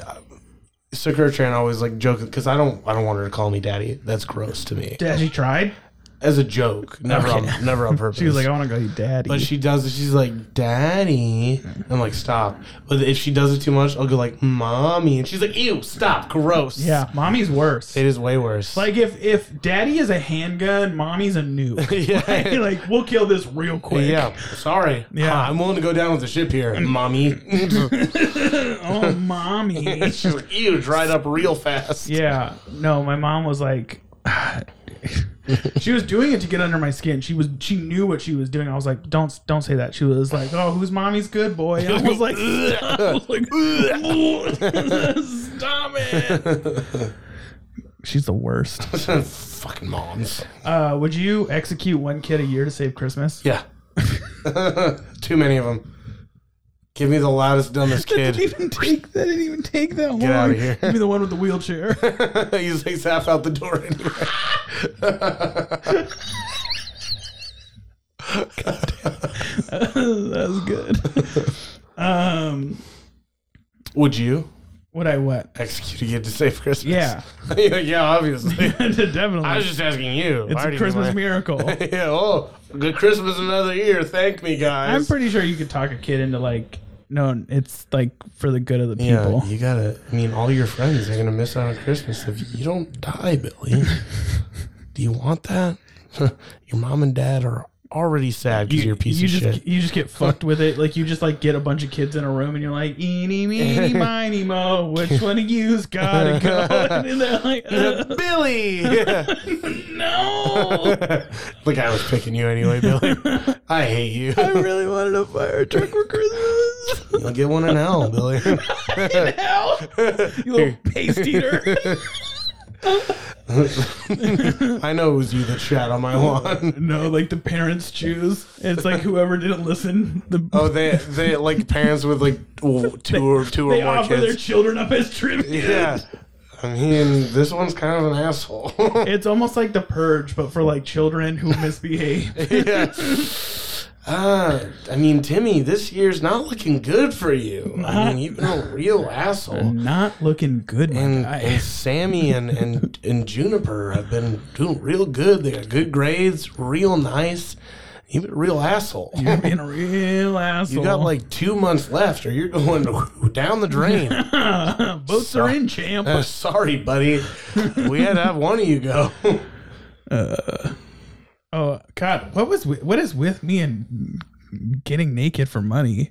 Sakura Chan always like joking because I don't I don't want her to call me daddy. That's gross to me. Has she tried? As a joke, never on, never on purpose. She was like, "I want to go you daddy." But she does it. She's like, "Daddy," I'm like, "Stop." But if she does it too much, I'll go like, "Mommy," and she's like, "Ew, stop, gross." yeah, mommy's worse. it is way worse. Like if if daddy is a handgun, mommy's a nuke. yeah, like we'll kill this real quick. yeah. Sorry. Yeah. Huh, I'm willing to go down with the ship here, mommy. Oh, mommy. she's like, "Ew, dried up real fast." yeah. No, my mom was like she was doing it to get under my skin. She was she knew what she was doing. I was like, "Don't don't say that." She was like, "Oh, who's mommy's good boy?" And I was like, I was like "Stop it." She's the worst. Fucking moms. Uh, would you execute one kid a year to save Christmas? Yeah. Too many of them. Give me the loudest, dumbest That kid. didn't even take that didn't even take that long. outta here. Give me the one with the wheelchair. He's he's half out the door anyway. that was good. Um, Would you would I what? execute a kid to save Christmas? Yeah, yeah, yeah, obviously. definitely. I was just asking you. I it's a already Christmas knew my- miracle. Yeah, oh, good Christmas another year. Thank me, guys. I'm pretty sure you could talk a kid into like, no, it's like for the good of the yeah, people. you gotta. I mean, all your friends are gonna miss out on Christmas if you don't die, Billy. Do you want that? your mom and dad are already sad because you, are a piece you of just shit. you just get fucked with it. Like you just like get a bunch of kids in a room and you're like, eeny meeny miny mo, which one of you's gotta go? And they're like, uh, Billy. no. Look, I was picking you anyway, Billy. I hate you. I really wanted a fire truck for Christmas. You'll get one in hell, Billy. Hell, you little paste eater. I know it was you that shat on my lawn. No, like the parents choose. It's like whoever didn't listen. The, Oh, they they like parents with like w- two or two they or more offer their kids. children up as tribute. yeah. I mean, this one's kind of an asshole. It's almost like the purge, but for like children who misbehave. yeah. Uh, I mean, Timmy, this year's not looking good for you. Uh-huh. I mean, you've been a real asshole. Not looking good, my and, guy. and Sammy and, and and Juniper have been doing real good. They got good grades, real nice. You've been a real asshole. You're being a real asshole. You got like two months left, or you're going down the drain. votes are in, champ. Uh, sorry, buddy. We had to have one of you go. Oh God, what was wi- what is with me and getting naked for money?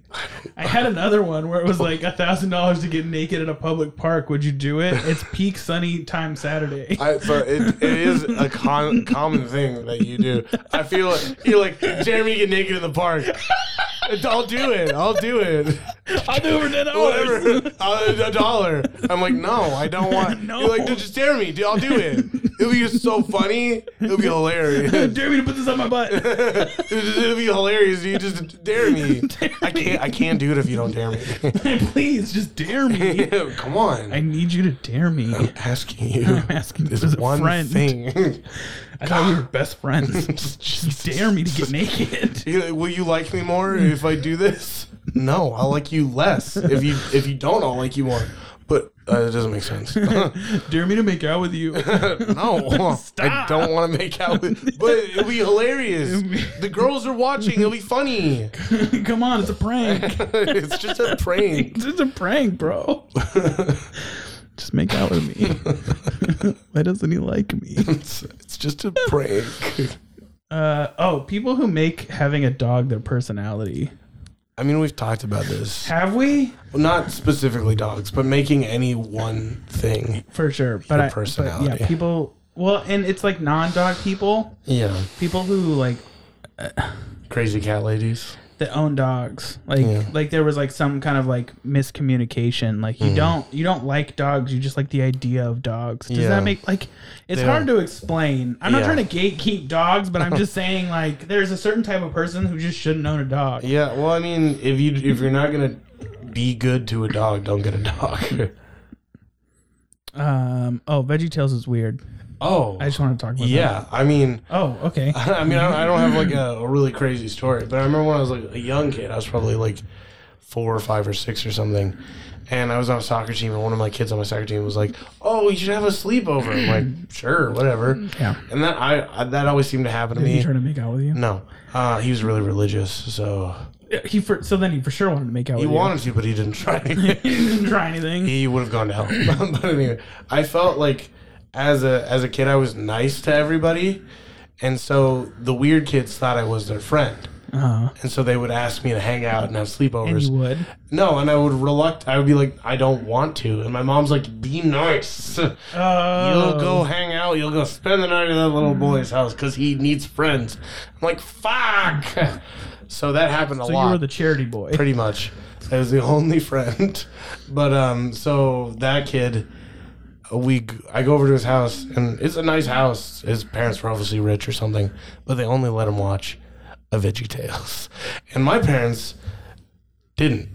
I had another one where it was like a thousand dollars to get naked in a public park. Would you do it? It's peak sunny time Saturday. I, so it, it is a con- common thing that you do. I feel like you're like Jeremy, get naked in the park. I'll do it. I'll do it. I'll do it for ten dollars. whatever, a, a dollar. I'm like, no, I don't want. No. You're like, "Dude, just dare me. Dude, I'll do it. It'll be so funny. It'll be hilarious. Dare me to put this on my butt. It'll be hilarious. You just dare me. I can't. I can't do it if you don't dare me. Please, just dare me. Come on. I need you to dare me. I'm asking you. asking you this as a one friend. thing. I thought we were best friends. just Dare me to get naked. You- Will you like me more if I do this? No, I'll like you less. If you if you don't, I'll like you more. But uh, it doesn't make sense. Dare me to make out with you. No, I Stop. don't want to make out with. But it'll be hilarious. The girls are watching. It'll be funny. Come on, it's a prank. it's just a prank. It's just a prank, bro. just make out with me. Why doesn't he like me? It's, it's just a prank. Uh, oh, people who make having a dog their personality. I mean, we've talked about this. Have we? Well, not specifically dogs, but making any one thing. For sure. But, I, but yeah, personality. people Well, and it's like non-dog people, Yeah. people who like Crazy cat ladies. that own dogs. Like Yeah. like there was like some kind of like miscommunication. Like Mm. you don't you don't like dogs. You just like the idea of dogs. Does Yeah. that make like it's They hard don't- to explain. I'm not Yeah. trying to gatekeep dogs, but I'm just saying like there's a certain type of person who just shouldn't own a dog. Yeah, well, I mean, if you if you're not gonna be good to a dog, don't get a dog. Um. Oh, Veggie Tales is weird. oh, I just want to talk about. That. yeah. I mean, Oh, okay. I mean, I don't, I don't have like a, a really crazy story, but I remember when I was like a young kid, I was probably like four or five or six or something, and I was on a soccer team, and one of my kids on my soccer team was like, "Oh, you should have a sleepover." I'm like, "Sure, whatever." Yeah. And that I, I that always seemed to happen to Is he me. trying to make out with you? No, uh, he was really religious, so He for, so then he for sure wanted to make out he with wanted to, but he didn't try. you. He didn't try anything. he would have gone to hell. but anyway, I felt like as a as a kid, I was nice to everybody, and so the weird kids thought I was their friend, Uh, and so they would ask me to hang out and have and sleepovers. you would. no, and I would reluct. I would be like, I don't want to, and my mom's like, be nice. Oh. Mm. You'll go hang out. You'll go spend the night at that little boy's house because he needs friends. I'm like, fuck. So that happened a So lot you were the charity boy. pretty much. I was the only friend. But um, so that kid, we I go over to his house, and it's a nice house. His parents were obviously rich or something, but they only let him watch a Veggie Tales, and my parents didn't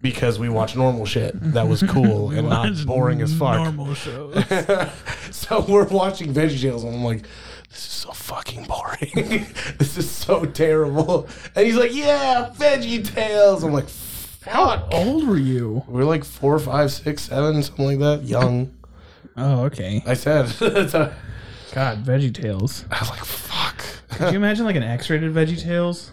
because we watched normal shit that was cool and not Watch boring as fuck. Normal shows. so we're watching Veggie Tales, and I'm like, this is so fucking boring. this is so terrible. And he's like, yeah, Veggie Tales. I'm like, fuck. How old were you? We're like four, five, six, seven, something like that. Young. Oh, okay. I said. so God, Veggie Tales. I was like, fuck. Could you imagine like an X-rated Veggie Tales?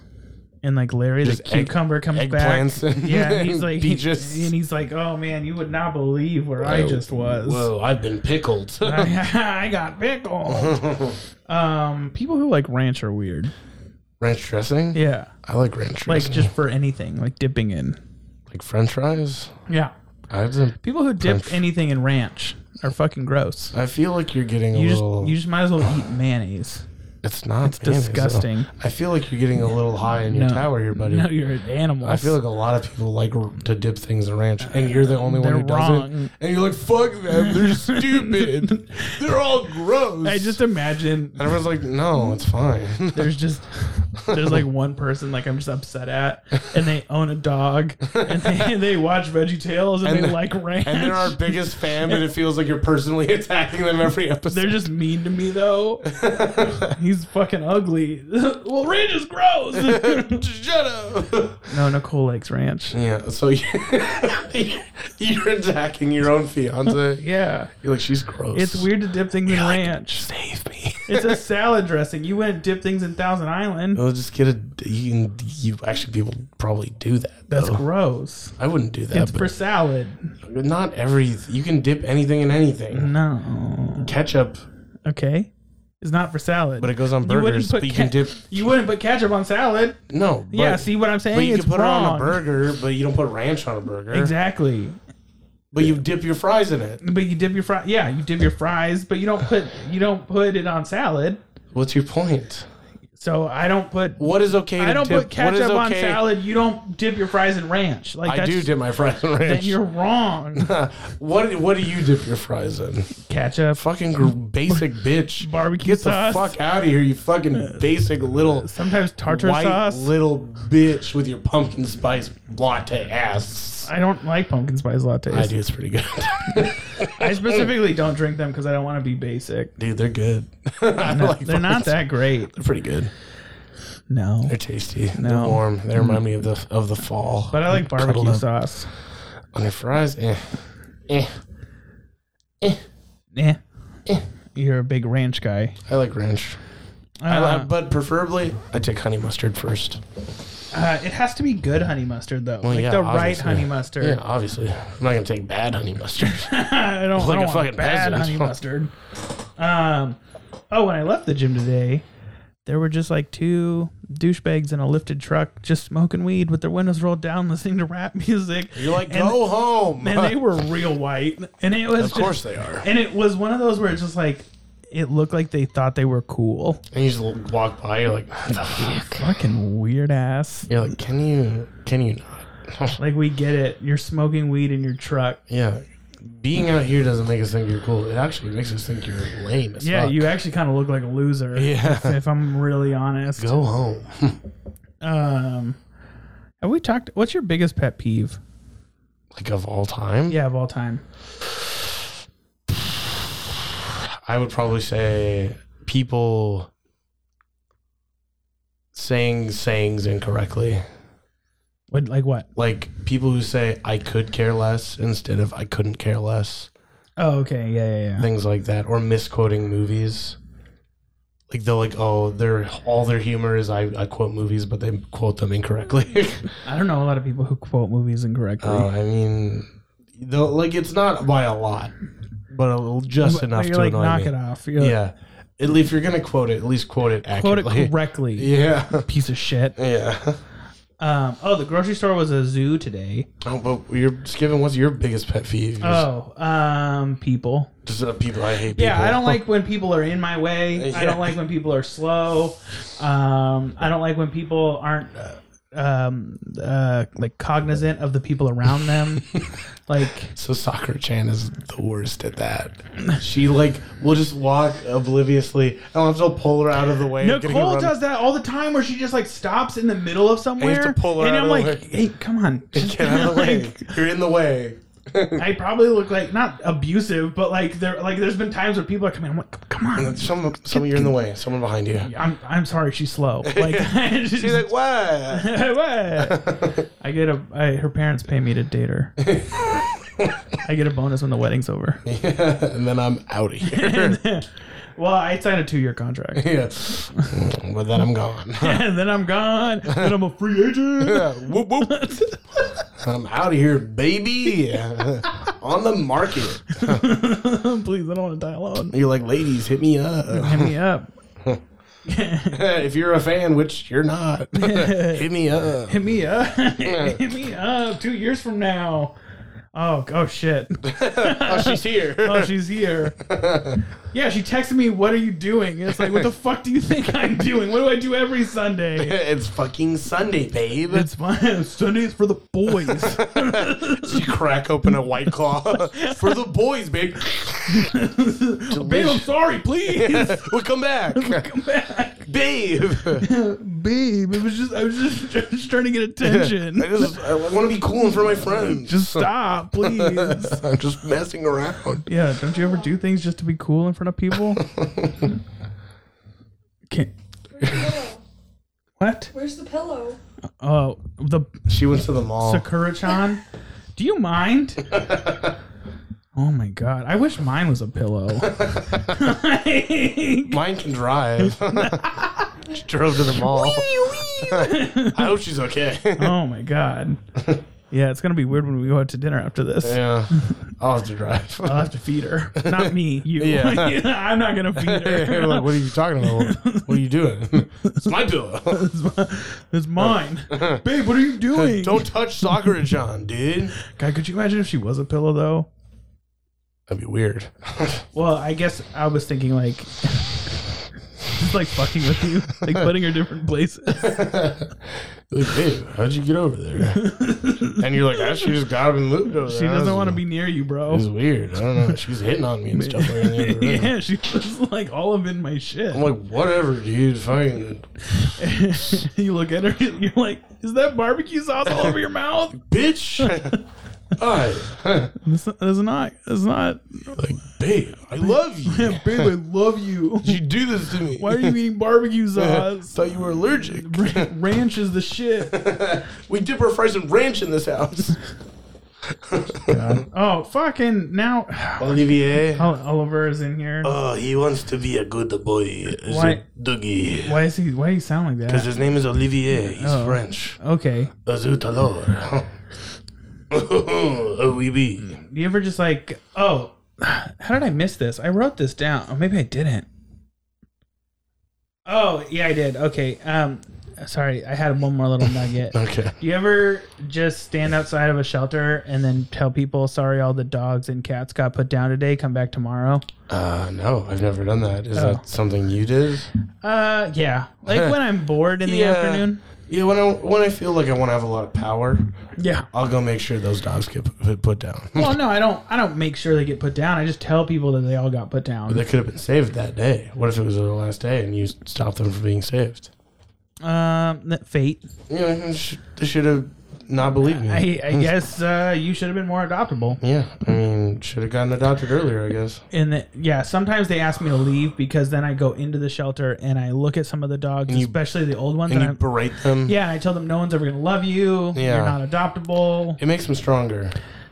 And like Larry, the Just egg- cucumber comes back. Eggplants and Yeah, and he's like, he- peaches. and he's like, oh man, you would not believe where I just was. Oh, Whoa, I've been pickled. I got pickled. um, people who like ranch are weird. ranch dressing? Yeah, I like ranch dressing. like just for anything, like dipping in. like french fries? Yeah, I, didn't, people who dip French. anything in ranch are fucking gross. I feel like you're getting a You just little. you just might as well eat mayonnaise. it's not. It's disgusting. I feel like you're getting a little high in your No. tower here, buddy. No, you're an animal. I feel like a lot of people like r- to dip things in ranch, and you're the only one They're who wrong. doesn't. And you're like, "Fuck them! They're stupid. They're all gross." I just imagine and everyone's like, "No, it's fine." there's just there's like one person like I'm just upset at, and they own a dog, and they, they watch Veggie Tales, and, And they the- like ranch. and they're our biggest fan, but it feels like you're personally attacking them every They're episode. just mean to me though. He's fucking ugly. well, ranch is gross. Shut up. no, Nicole likes ranch. Yeah. So you- you're attacking your own fiance. Yeah, You're like, "She's gross." it's weird to dip things in ranch. Save me. It's a salad dressing. You wouldn't dip things in Thousand Island. Well, just get a. You can. You actually, people probably do that. That's though. gross. I wouldn't do that. It's Oh. Oh. but- for Mm-hmm. salad. Not every. You can dip anything in anything. No. Ketchup, Okay. It's not for salad. but it goes on You wouldn't burgers. put But you can ke- dip. You wouldn't put ketchup on salad. No. But, yeah, see what I'm saying? But you it's can put wrong. it on a burger, but you don't put ranch on a burger. Exactly. But you dip your fries in it. But you dip your fries. Yeah, you dip your fries, but you don't put you don't put it on salad. What's your point? So I don't put What is okay? To I don't dip? put what is ketchup on okay- salad. You don't dip your fries in ranch. Like I that's, do dip my fries in Then ranch. you're wrong. what What do you dip your fries in? ketchup. Fucking gr- basic bitch. Barbecue Get the sauce. fuck out of here, you fucking basic little Sometimes tartar white sauce. little bitch with your pumpkin spice latte ass. I don't like pumpkin spice lattes. I do. It's pretty good. I specifically don't drink them because I don't want to be basic. Dude, they're good. I like They're not pumpkins. that great. They're pretty good. No. They're tasty. No. They're warm. They remind me of the of the fall. But I like Mm-hmm. Cuddled barbecue up. sauce. On your fries, eh. Eh. Yeah. You're a big ranch guy. I like ranch. I Uh-huh. li- but preferably, I take honey mustard first. Uh, it has to be good honey mustard though, like yeah, the right obviously. honey mustard. Yeah, obviously. I'm not gonna take bad honey mustard. I don't, Like I a don't want fucking bad peasant. honey mustard. Um, oh, when I left the gym today, there were just like two douchebags in a lifted truck just smoking weed with their windows rolled down, listening to rap music. You're like, And- go home. and they were real white, and it was Of just- course they are. And it was one of those where it's just like it looked like they thought they were cool. And you just walk by, you're like, what the fuck? Fucking weird ass. You're like, can you, can you not? Like we get it. You're smoking weed in your truck. yeah. Being out here doesn't make us think you're cool. It actually makes us think you're lame as Yeah, fuck. you actually kind of look like a loser. Yeah. If, if I'm really honest. Go home. Um, have we talked? What's your biggest pet peeve? like of all time? Yeah, of all time. I would probably say people saying sayings incorrectly. What like what? Like people who say I could care less instead of I couldn't care less. Oh, okay. Yeah, yeah, yeah. Things like that or misquoting movies. Like they're like, "Oh, their all their humor is I, I quote movies, but they quote them incorrectly." I don't know a lot of people who quote movies incorrectly. Oh, I mean, though like it's not by a lot, but a little- just But enough you're to like, annoy knock me. it off. You're like, Yeah. At least if you're gonna quote it, at least quote it quote accurately. it correctly. Yeah. Piece of shit. Yeah. Um, oh, the grocery store was a zoo today. Oh, but you're just giving what's your biggest pet peeve? Oh, um, people. Just uh, people. I hate people. Yeah, I don't like when people are in my way. I Yeah. don't like when people are slow. Um, I don't like when people aren't uh, um, uh, like cognizant of the people around them. like, So Soccer Chan is the worst at that. She like will just walk obliviously, Oh, and I'll have to pull her out of the way. I'm getting Nicole around- does that all the time, where she just like stops in the middle of somewhere, to pull her and out I'm of the like, "Hey, come on, Get out of the way. You're in the way. I probably look like not abusive, but like there, like there's been times where people are coming. I'm like, come on, Some, some you're in the way. Someone behind you. I'm I'm sorry, she's slow. Like, she's She's like, what? what? I get a I, her parents pay me to date her. I get a bonus when the wedding's over. and then I'm out of here. Well, I signed a two year contract, yeah. But then I'm gone. and then I'm gone, and I'm a free agent. Yeah, whoop, whoop. I'm out of here, baby. On the market. Please, I don't want to die alone. You're like, ladies, hit me up. Hit me up. if you're a fan, which you're not, hit me up. Hit me up. Hit me up. Two years from now. Oh, oh shit. Oh, she's here. Oh, she's here. Yeah, she texted me, What are you doing? And it's like, What the fuck do you think I'm doing? What do I do every Sunday? it's fucking Sunday, babe. It's fine. Sunday's for the boys. she crack open a white claw for the boys, babe. Babe, I'm sorry, please. We'll come back, Come back. babe. Babe, it was just I was just, just trying to get attention. I just I want to be cool in front of my friends. Just stop, please. I'm just messing around. Yeah, don't you ever do things just to be cool in front of people? Can't. What? Where's the pillow? Oh, the She went to the mall. Sakura-chan. Do you mind? Oh my god, I wish mine was a pillow. Like- Mine can drive. she drove to the mall. I hope she's okay. oh my god. Yeah, it's gonna be weird when we go out to dinner after this. yeah, I'll have to drive. I'll have to feed her. Not me, you. Yeah. I'm not gonna feed You're like, her. what are you talking about? What are you doing? It's my pillow. It's mi- it's mine. Babe, what are you doing? Don't touch Sakura John, dude. God, could you imagine if she was a pillow though? That'd be weird. Well, I guess I was thinking like just like fucking with you. Like putting her different places. Like, babe, how'd you get over there? And you're like, actually, just got up and moved over She there. doesn't want to be near you, It's bro. weird. I don't know. She's hitting on me and stuff like that. Yeah, she was like all up in my shit. I'm like, whatever, dude. Fucking you look at her, you're like, is that barbecue sauce all over your mouth? bitch. I That's not. That's not. That's not like, babe, I love you. babe, I love you. You do this to me. Why are you eating barbecue I sauce? thought you were allergic. Ra- ranch is the shit. We dip our fries in ranch in this house. Oh, fucking now. Olivier. Ol- Oliver is in here. Oh, he wants to be a good boy. Is Why- it Dougie? Why is he? Why do you sound like Because that? his name is Olivier. He's Oh. French. Okay. Azut alors. oh, oui, oui. Do you ever just like, oh, how did I miss this? I wrote this down. Oh, maybe I didn't. Oh, yeah, I did. Okay. Um, sorry, I had one more little nugget. Okay. Do you ever just stand outside of a shelter and then tell people, sorry, all the dogs and cats got put down today, come back tomorrow? Uh, no, I've never done that. Is Oh. that something you did? Uh, yeah. Like when I'm bored in the Yeah. afternoon. Yeah, when I when I feel like I want to have a lot of power, Yeah. I'll go make sure those dogs get p- put down. Well, no, I don't. I don't make sure they get put down. I just tell people that they all got put down. they could have been saved that day. What if it was the last day and you stopped them from being saved? Um, that fate. You know, you sh- they should have not believed me. I, I guess uh, you should have been more adoptable. yeah, I mean, should have gotten adopted earlier, I guess. And that, yeah, sometimes they ask me to leave because then I go into the shelter and I look at some of the dogs, you- especially the old ones. And And you I'm, berate them. yeah, and I tell them no one's ever gonna love you. Yeah. You're not adoptable. It makes them stronger.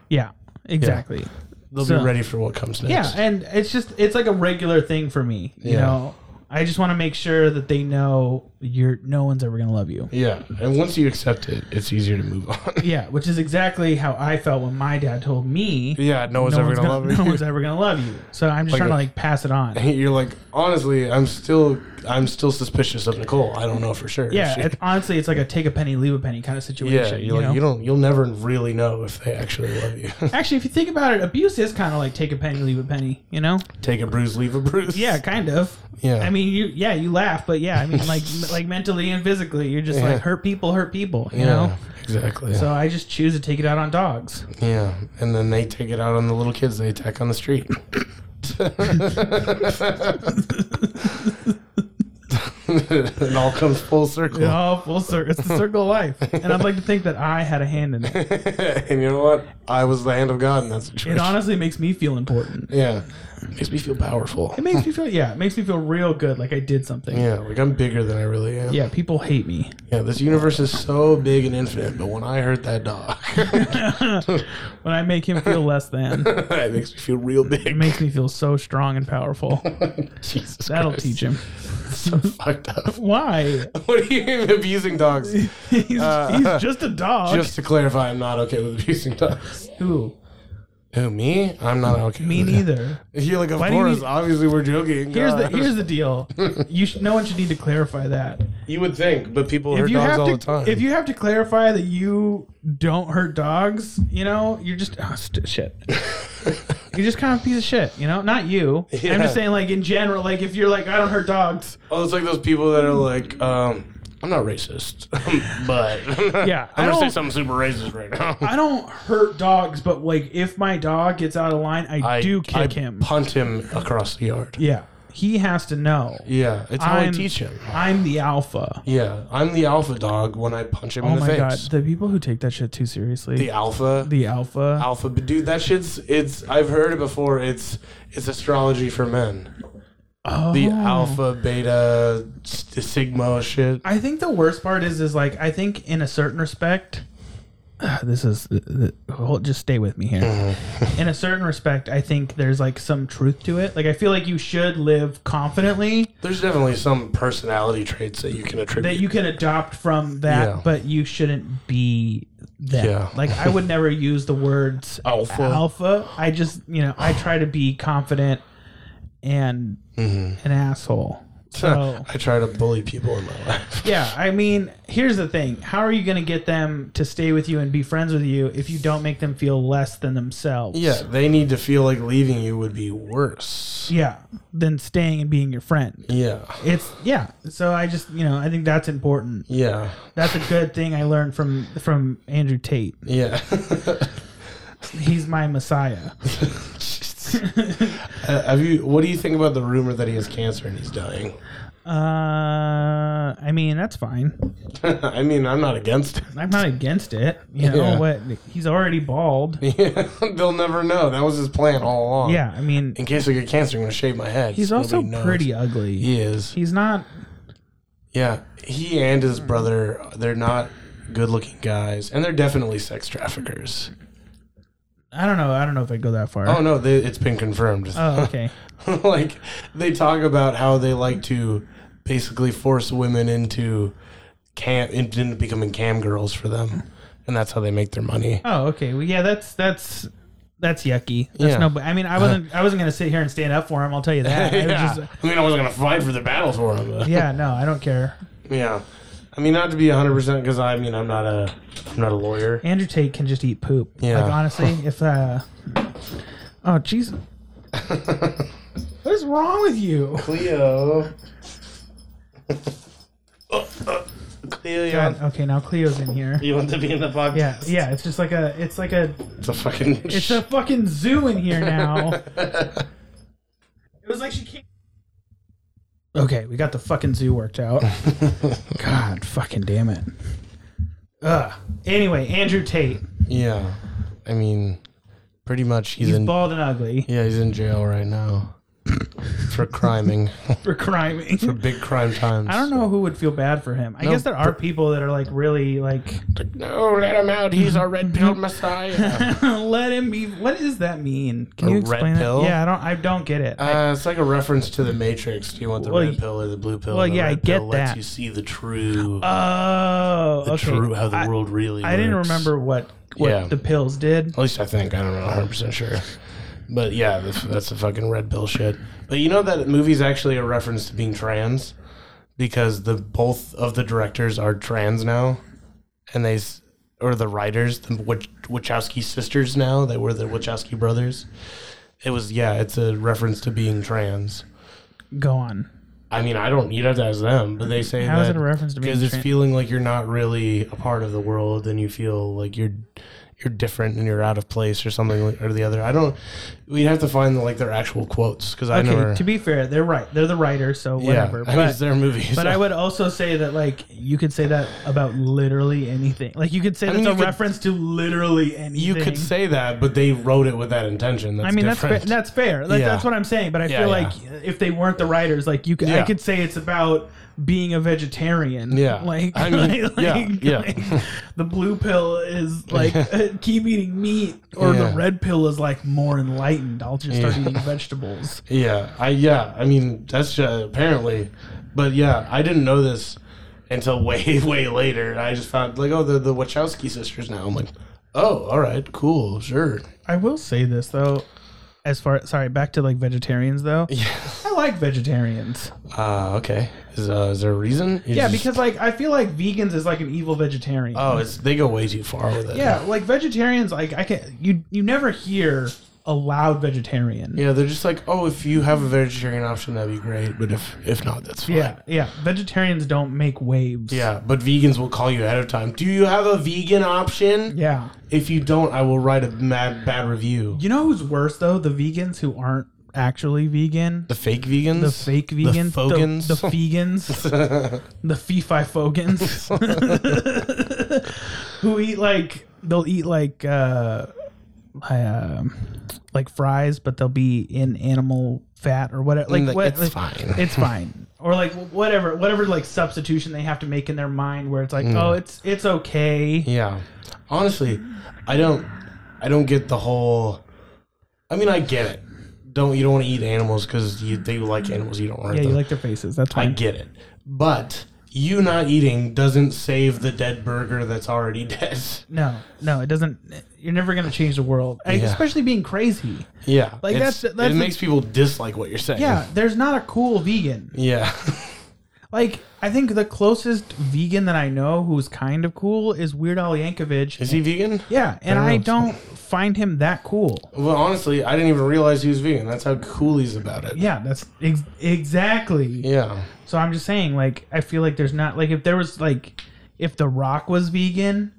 Yeah, exactly. They'll So- be ready for what comes Yeah, next. and it's just it's like a regular thing for me. You Yeah. know, I just want to make sure that they know you're no one's ever gonna love you. Yeah, and once you accept it, it's easier to move on. Yeah, which is exactly how I felt when my dad told me yeah, no one's no ever one's, gonna, gonna, love no you. one's ever gonna love you. So I'm just Like trying a- to like pass it on. You're like, honestly, I'm still, I'm still suspicious of Nicole. I don't know for sure. Yeah, She- it's, honestly, it's like a take a penny, leave a penny kind of situation. yeah. You're you like, know? you don't, you'll never really know if they actually love you. Actually, if you think about it, abuse is kind of like take a penny, leave a penny. You know? Take a bruise, leave a bruise. Yeah, kind of. Yeah. I mean, you yeah, you laugh, but yeah, I mean, like like mentally and physically, you're just Yeah. like hurt people, hurt people. You yeah, know? exactly. So I just choose to take it out on dogs. yeah, and then they take it out on the little kids they attack on the street. it all comes full circle. Oh, full circle. It's the circle of life, and I'd like to think that I had a hand in it. and you know what? I was the hand of God in that It situation. honestly makes me feel important. yeah, makes me feel powerful. It makes me feel yeah, it makes me feel real good, like I did something. Yeah, like I'm bigger than I really am. Yeah, people hate me. Yeah, this universe is so big and infinite, but when I hurt that dog, When I make him feel less than, it it makes me feel real big. makes me feel so strong and powerful. Jesus That'll Christ. teach him. So fucked up. Why? What are you abusing dogs? He's, Uh, he's just a dog. Just to clarify, I'm not okay with abusing dogs. Who? Who, me? I'm not okay. Me with neither. That. You're like, of Why do you course, need- obviously we're joking. uh, Here's the God. here's the deal. You sh- no one should need to clarify that. you would think, but people If hurt you dogs all have the time. to if you have to clarify that you don't hurt dogs, you know you're just oh, st- shit. You're just kind of a piece of shit, you know. Not you. Yeah. I'm just saying, like in general, like if you're like I don't hurt dogs, oh, it's like those people that are like, um, I'm not racist, but Yeah, I I'm gonna say don't- something super racist right now. I don't hurt dogs, but like if my dog gets out of line, I, I- do kick I him. Punt him across the yard. yeah, he has to know. Yeah, it's how i I'm- teach him. I'm the alpha. Yeah, I'm the alpha dog when I punch him Oh in the my face. god, the people who take that shit too seriously. The The, alpha. alpha. alpha but dude that shit's it's i've heard it before it's it's astrology for men Oh. the alpha beta s- the sigma shit I think the worst part is is like I think in a certain respect, this is uh, uh, hold, just stay with me here. in a certain respect, I think there's like some truth to it. Like I feel like you should live confidently. there's definitely some personality traits that you can attribute that you can adopt from that, Yeah. but you shouldn't be that. Yeah. Oh, Like I would never use the words Alpha. Alpha. I just you know I try to be confident and Mm-hmm. an asshole. So i try to bully people in my life yeah, I mean, here's the thing: how are you going to get them to stay with you and be friends with you if you don't make them feel less than themselves? yeah they need to feel like leaving you would be worse Yeah, than staying and being your friend. yeah It's yeah. So I just you know I think that's important. yeah That's a good thing I learned from from Andrew Tate. yeah He's my messiah. Uh, have you what do you think about the rumor that he has cancer and he's dying Uh, I mean that's fine. i mean i'm not against it I'm not against it. You know Yeah. what? He's already bald. yeah they'll never know that was his plan all along Yeah, I mean in case I get cancer, I'm gonna shave my head. he's so also Oh. nobody knows. pretty ugly. He is. He's not. Yeah, he and his brother, they're not good looking guys, and they're definitely sex traffickers. I don't know. I don't know if I go that far. Oh no, they, it's been confirmed. Oh, okay. like they talk about how they like to basically force women into cam into becoming cam girls for them, and that's how they make their money. Oh, okay. Well, yeah, that's that's that's yucky. That's Yeah. Uh-huh. no. I mean, I wasn't. I wasn't gonna sit here and stand up for him. I'll tell you that. I was yeah, just- I mean, I wasn't gonna fight for the battle for them. But yeah. No, I don't care. yeah, I mean, not to be 100 percent because I mean I'm not a I'm not a lawyer. Andrew Tate can just eat poop. Yeah. Like honestly, if uh, oh jeez, what is wrong with you? Cleo. Cleo, you God, want, okay, now Cleo's in here. you want to be in the podcast? Yeah, yeah. It's just like a, it's like a, It's a fucking. it's a fucking zoo in here now. it was like she came. Okay, we got the fucking zoo worked out. God, fucking damn it. Ugh. Anyway, Andrew Tate. yeah. I mean, pretty much he's, He's in. bald and ugly yeah, he's in jail right now for criming for criming. for big crime times. I don't know who would feel bad for him. I guess there are people that are like really like No, let him out. He's our red pill messiah. let him be. What does that mean? Can A you red explain that? pill? Yeah, I don't. I don't get it. uh, it's like a reference to the Matrix. Do you want the Well, red y- pill or the blue pill? well, And the yeah, I red get pill that. Uh, Lets you see the true, oh, the okay. true how the I, world really. I didn't works. remember what what Yeah. the pills did. At least I think. I don't know. 100 percent sure. But yeah, that's, that's the fucking red pill shit. But you know that movie's actually a reference to being trans because the both of the directors are trans now, and they s- or the writers, the Wach- Wachowski sisters now. They were the Wachowski brothers. It was yeah. It's a reference to being trans. Go on. I mean, I don't. You'd have to ask them, but they say How is that it a reference to being because it's tran- feeling like you're not really a part of the world, and you feel like you're you're different and you're out of place or something like- or the other. I don't. We'd have to find like their actual quotes because I Okay. never. To be fair, they're right. They're the writer, so yeah, whatever. I mean, it's but their movie. but so- I would also say that like you could say that about literally anything. Like you could say that's mean, a you could- reference to literally anything. You could say that, but they wrote it with that intention. That's I mean that's fair, different. that's fair. Like, Yeah. That's what I'm saying. But I Yeah, feel yeah. like if they weren't the writers, like you, could, I Yeah. could say it's about being a vegetarian. Yeah. Like, I mean, like- yeah, like- yeah. like, the blue pill is like uh, keep eating meat, or Yeah. the red pill is like more enlightened. I'll just start eating vegetables. Yeah, I yeah, I mean that's uh, apparently, but yeah, I didn't know this until way way later. I just found like oh the the Wachowski sisters now. I'm like oh all right cool sure I will say this though, as far sorry back to like vegetarians though. I like vegetarians. uh, okay is uh, is there a reason You Yeah, just- because like I feel like vegans is like an evil vegetarian. oh it's they go way too far with it Yeah, like vegetarians, like I can you you never hear a loud vegetarian. yeah they're just like oh if you have a vegetarian option that'd be great but if if not that's fine yeah, yeah. Vegetarians don't make waves. yeah but vegans will call you ahead of time do you have a vegan option yeah. if you don't I will write a mad bad review You know who's worse though? The vegans who aren't actually vegan. the fake vegans The fake vegans, the fogans the, the vegans, the fifi fogans, who eat like they'll eat like uh, um, like fries, but they'll be in animal fat or whatever. Like, like, what, Mm, it's like- fine. it's fine or like whatever whatever like substitution they have to make in their mind where it's like oh it's it's okay Mm. Yeah. Honestly, I don't I don't get the whole I mean I get it. Don't you don't want to eat animals cuz you they like animals you don't want yeah them. you like their faces that's I fine get it. But you not eating doesn't save the dead burger that's already dead. no no it doesn't you're never gonna change the world and Yeah. especially being crazy Yeah. Like, it's- that's- that's it the- makes people dislike what you're saying. yeah there's not a cool vegan Yeah. like I think the closest vegan that I know who's kind of cool is Weird Al Yankovic Is he vegan? yeah and Fair I enough. don't find him that cool Well, honestly, I didn't even realize he was vegan. That's how cool he's about it. yeah that's ex- exactly Yeah. So I'm just saying, like, I feel like there's not like if there was like if The Rock was vegan,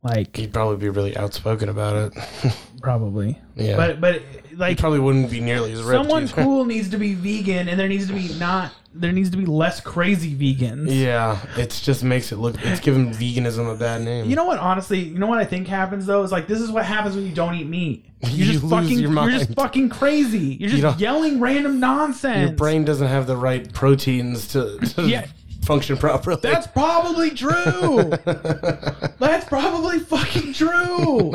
like He'd probably be really outspoken about it. probably. yeah. But but he like probably wouldn't be nearly as ripped. someone either. cool needs to be vegan, and there needs to be not there needs to be less crazy vegans. Yeah, it just makes it look. It's giving veganism a bad name. You know what? Honestly, you know what I think happens though is like this is what happens when you don't eat meat. You're You just lose fucking. your You're just mind. fucking crazy. You're just don't- yelling random nonsense. your brain doesn't have the right proteins to, to Yeah. function properly. That's probably true. That's probably fucking true.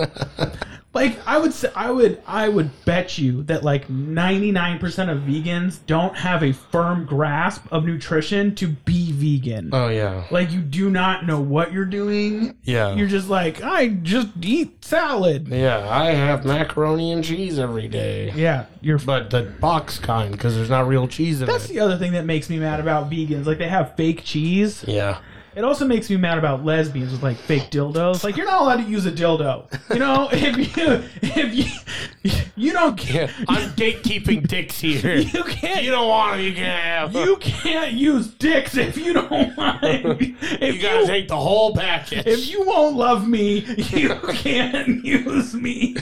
Like I would say, I would, I would bet you that like ninety nine percent of vegans don't have a firm grasp of nutrition to be vegan. oh yeah, like you do not know what you're doing. yeah, You're just like I just eat salad. yeah. I have macaroni and cheese every day, Yeah, you're. but the box kind because there's not real cheese in That's it. the other thing that makes me mad about vegans. Like they have fake cheese. Yeah, It also makes me mad about lesbians with like fake dildos. Like you're not allowed to use a dildo. You know, if you if you you don't Yeah, I'm gatekeeping dicks here. you can't You don't want them, you can't have 'em. you can't use dicks if you don't mind. If You gotta take the whole package. if you won't love me, you can't use me.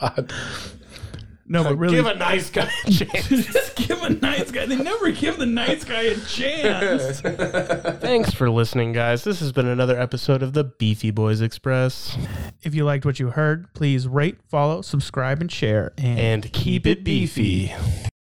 God. No, but really, Give a nice guy a chance. just give a nice guy. They never give the nice guy a chance. Thanks for listening, guys. This has been another episode of the Beefy Boys Express. If you liked what you heard, please rate, follow, subscribe, and share. And keep it beefy.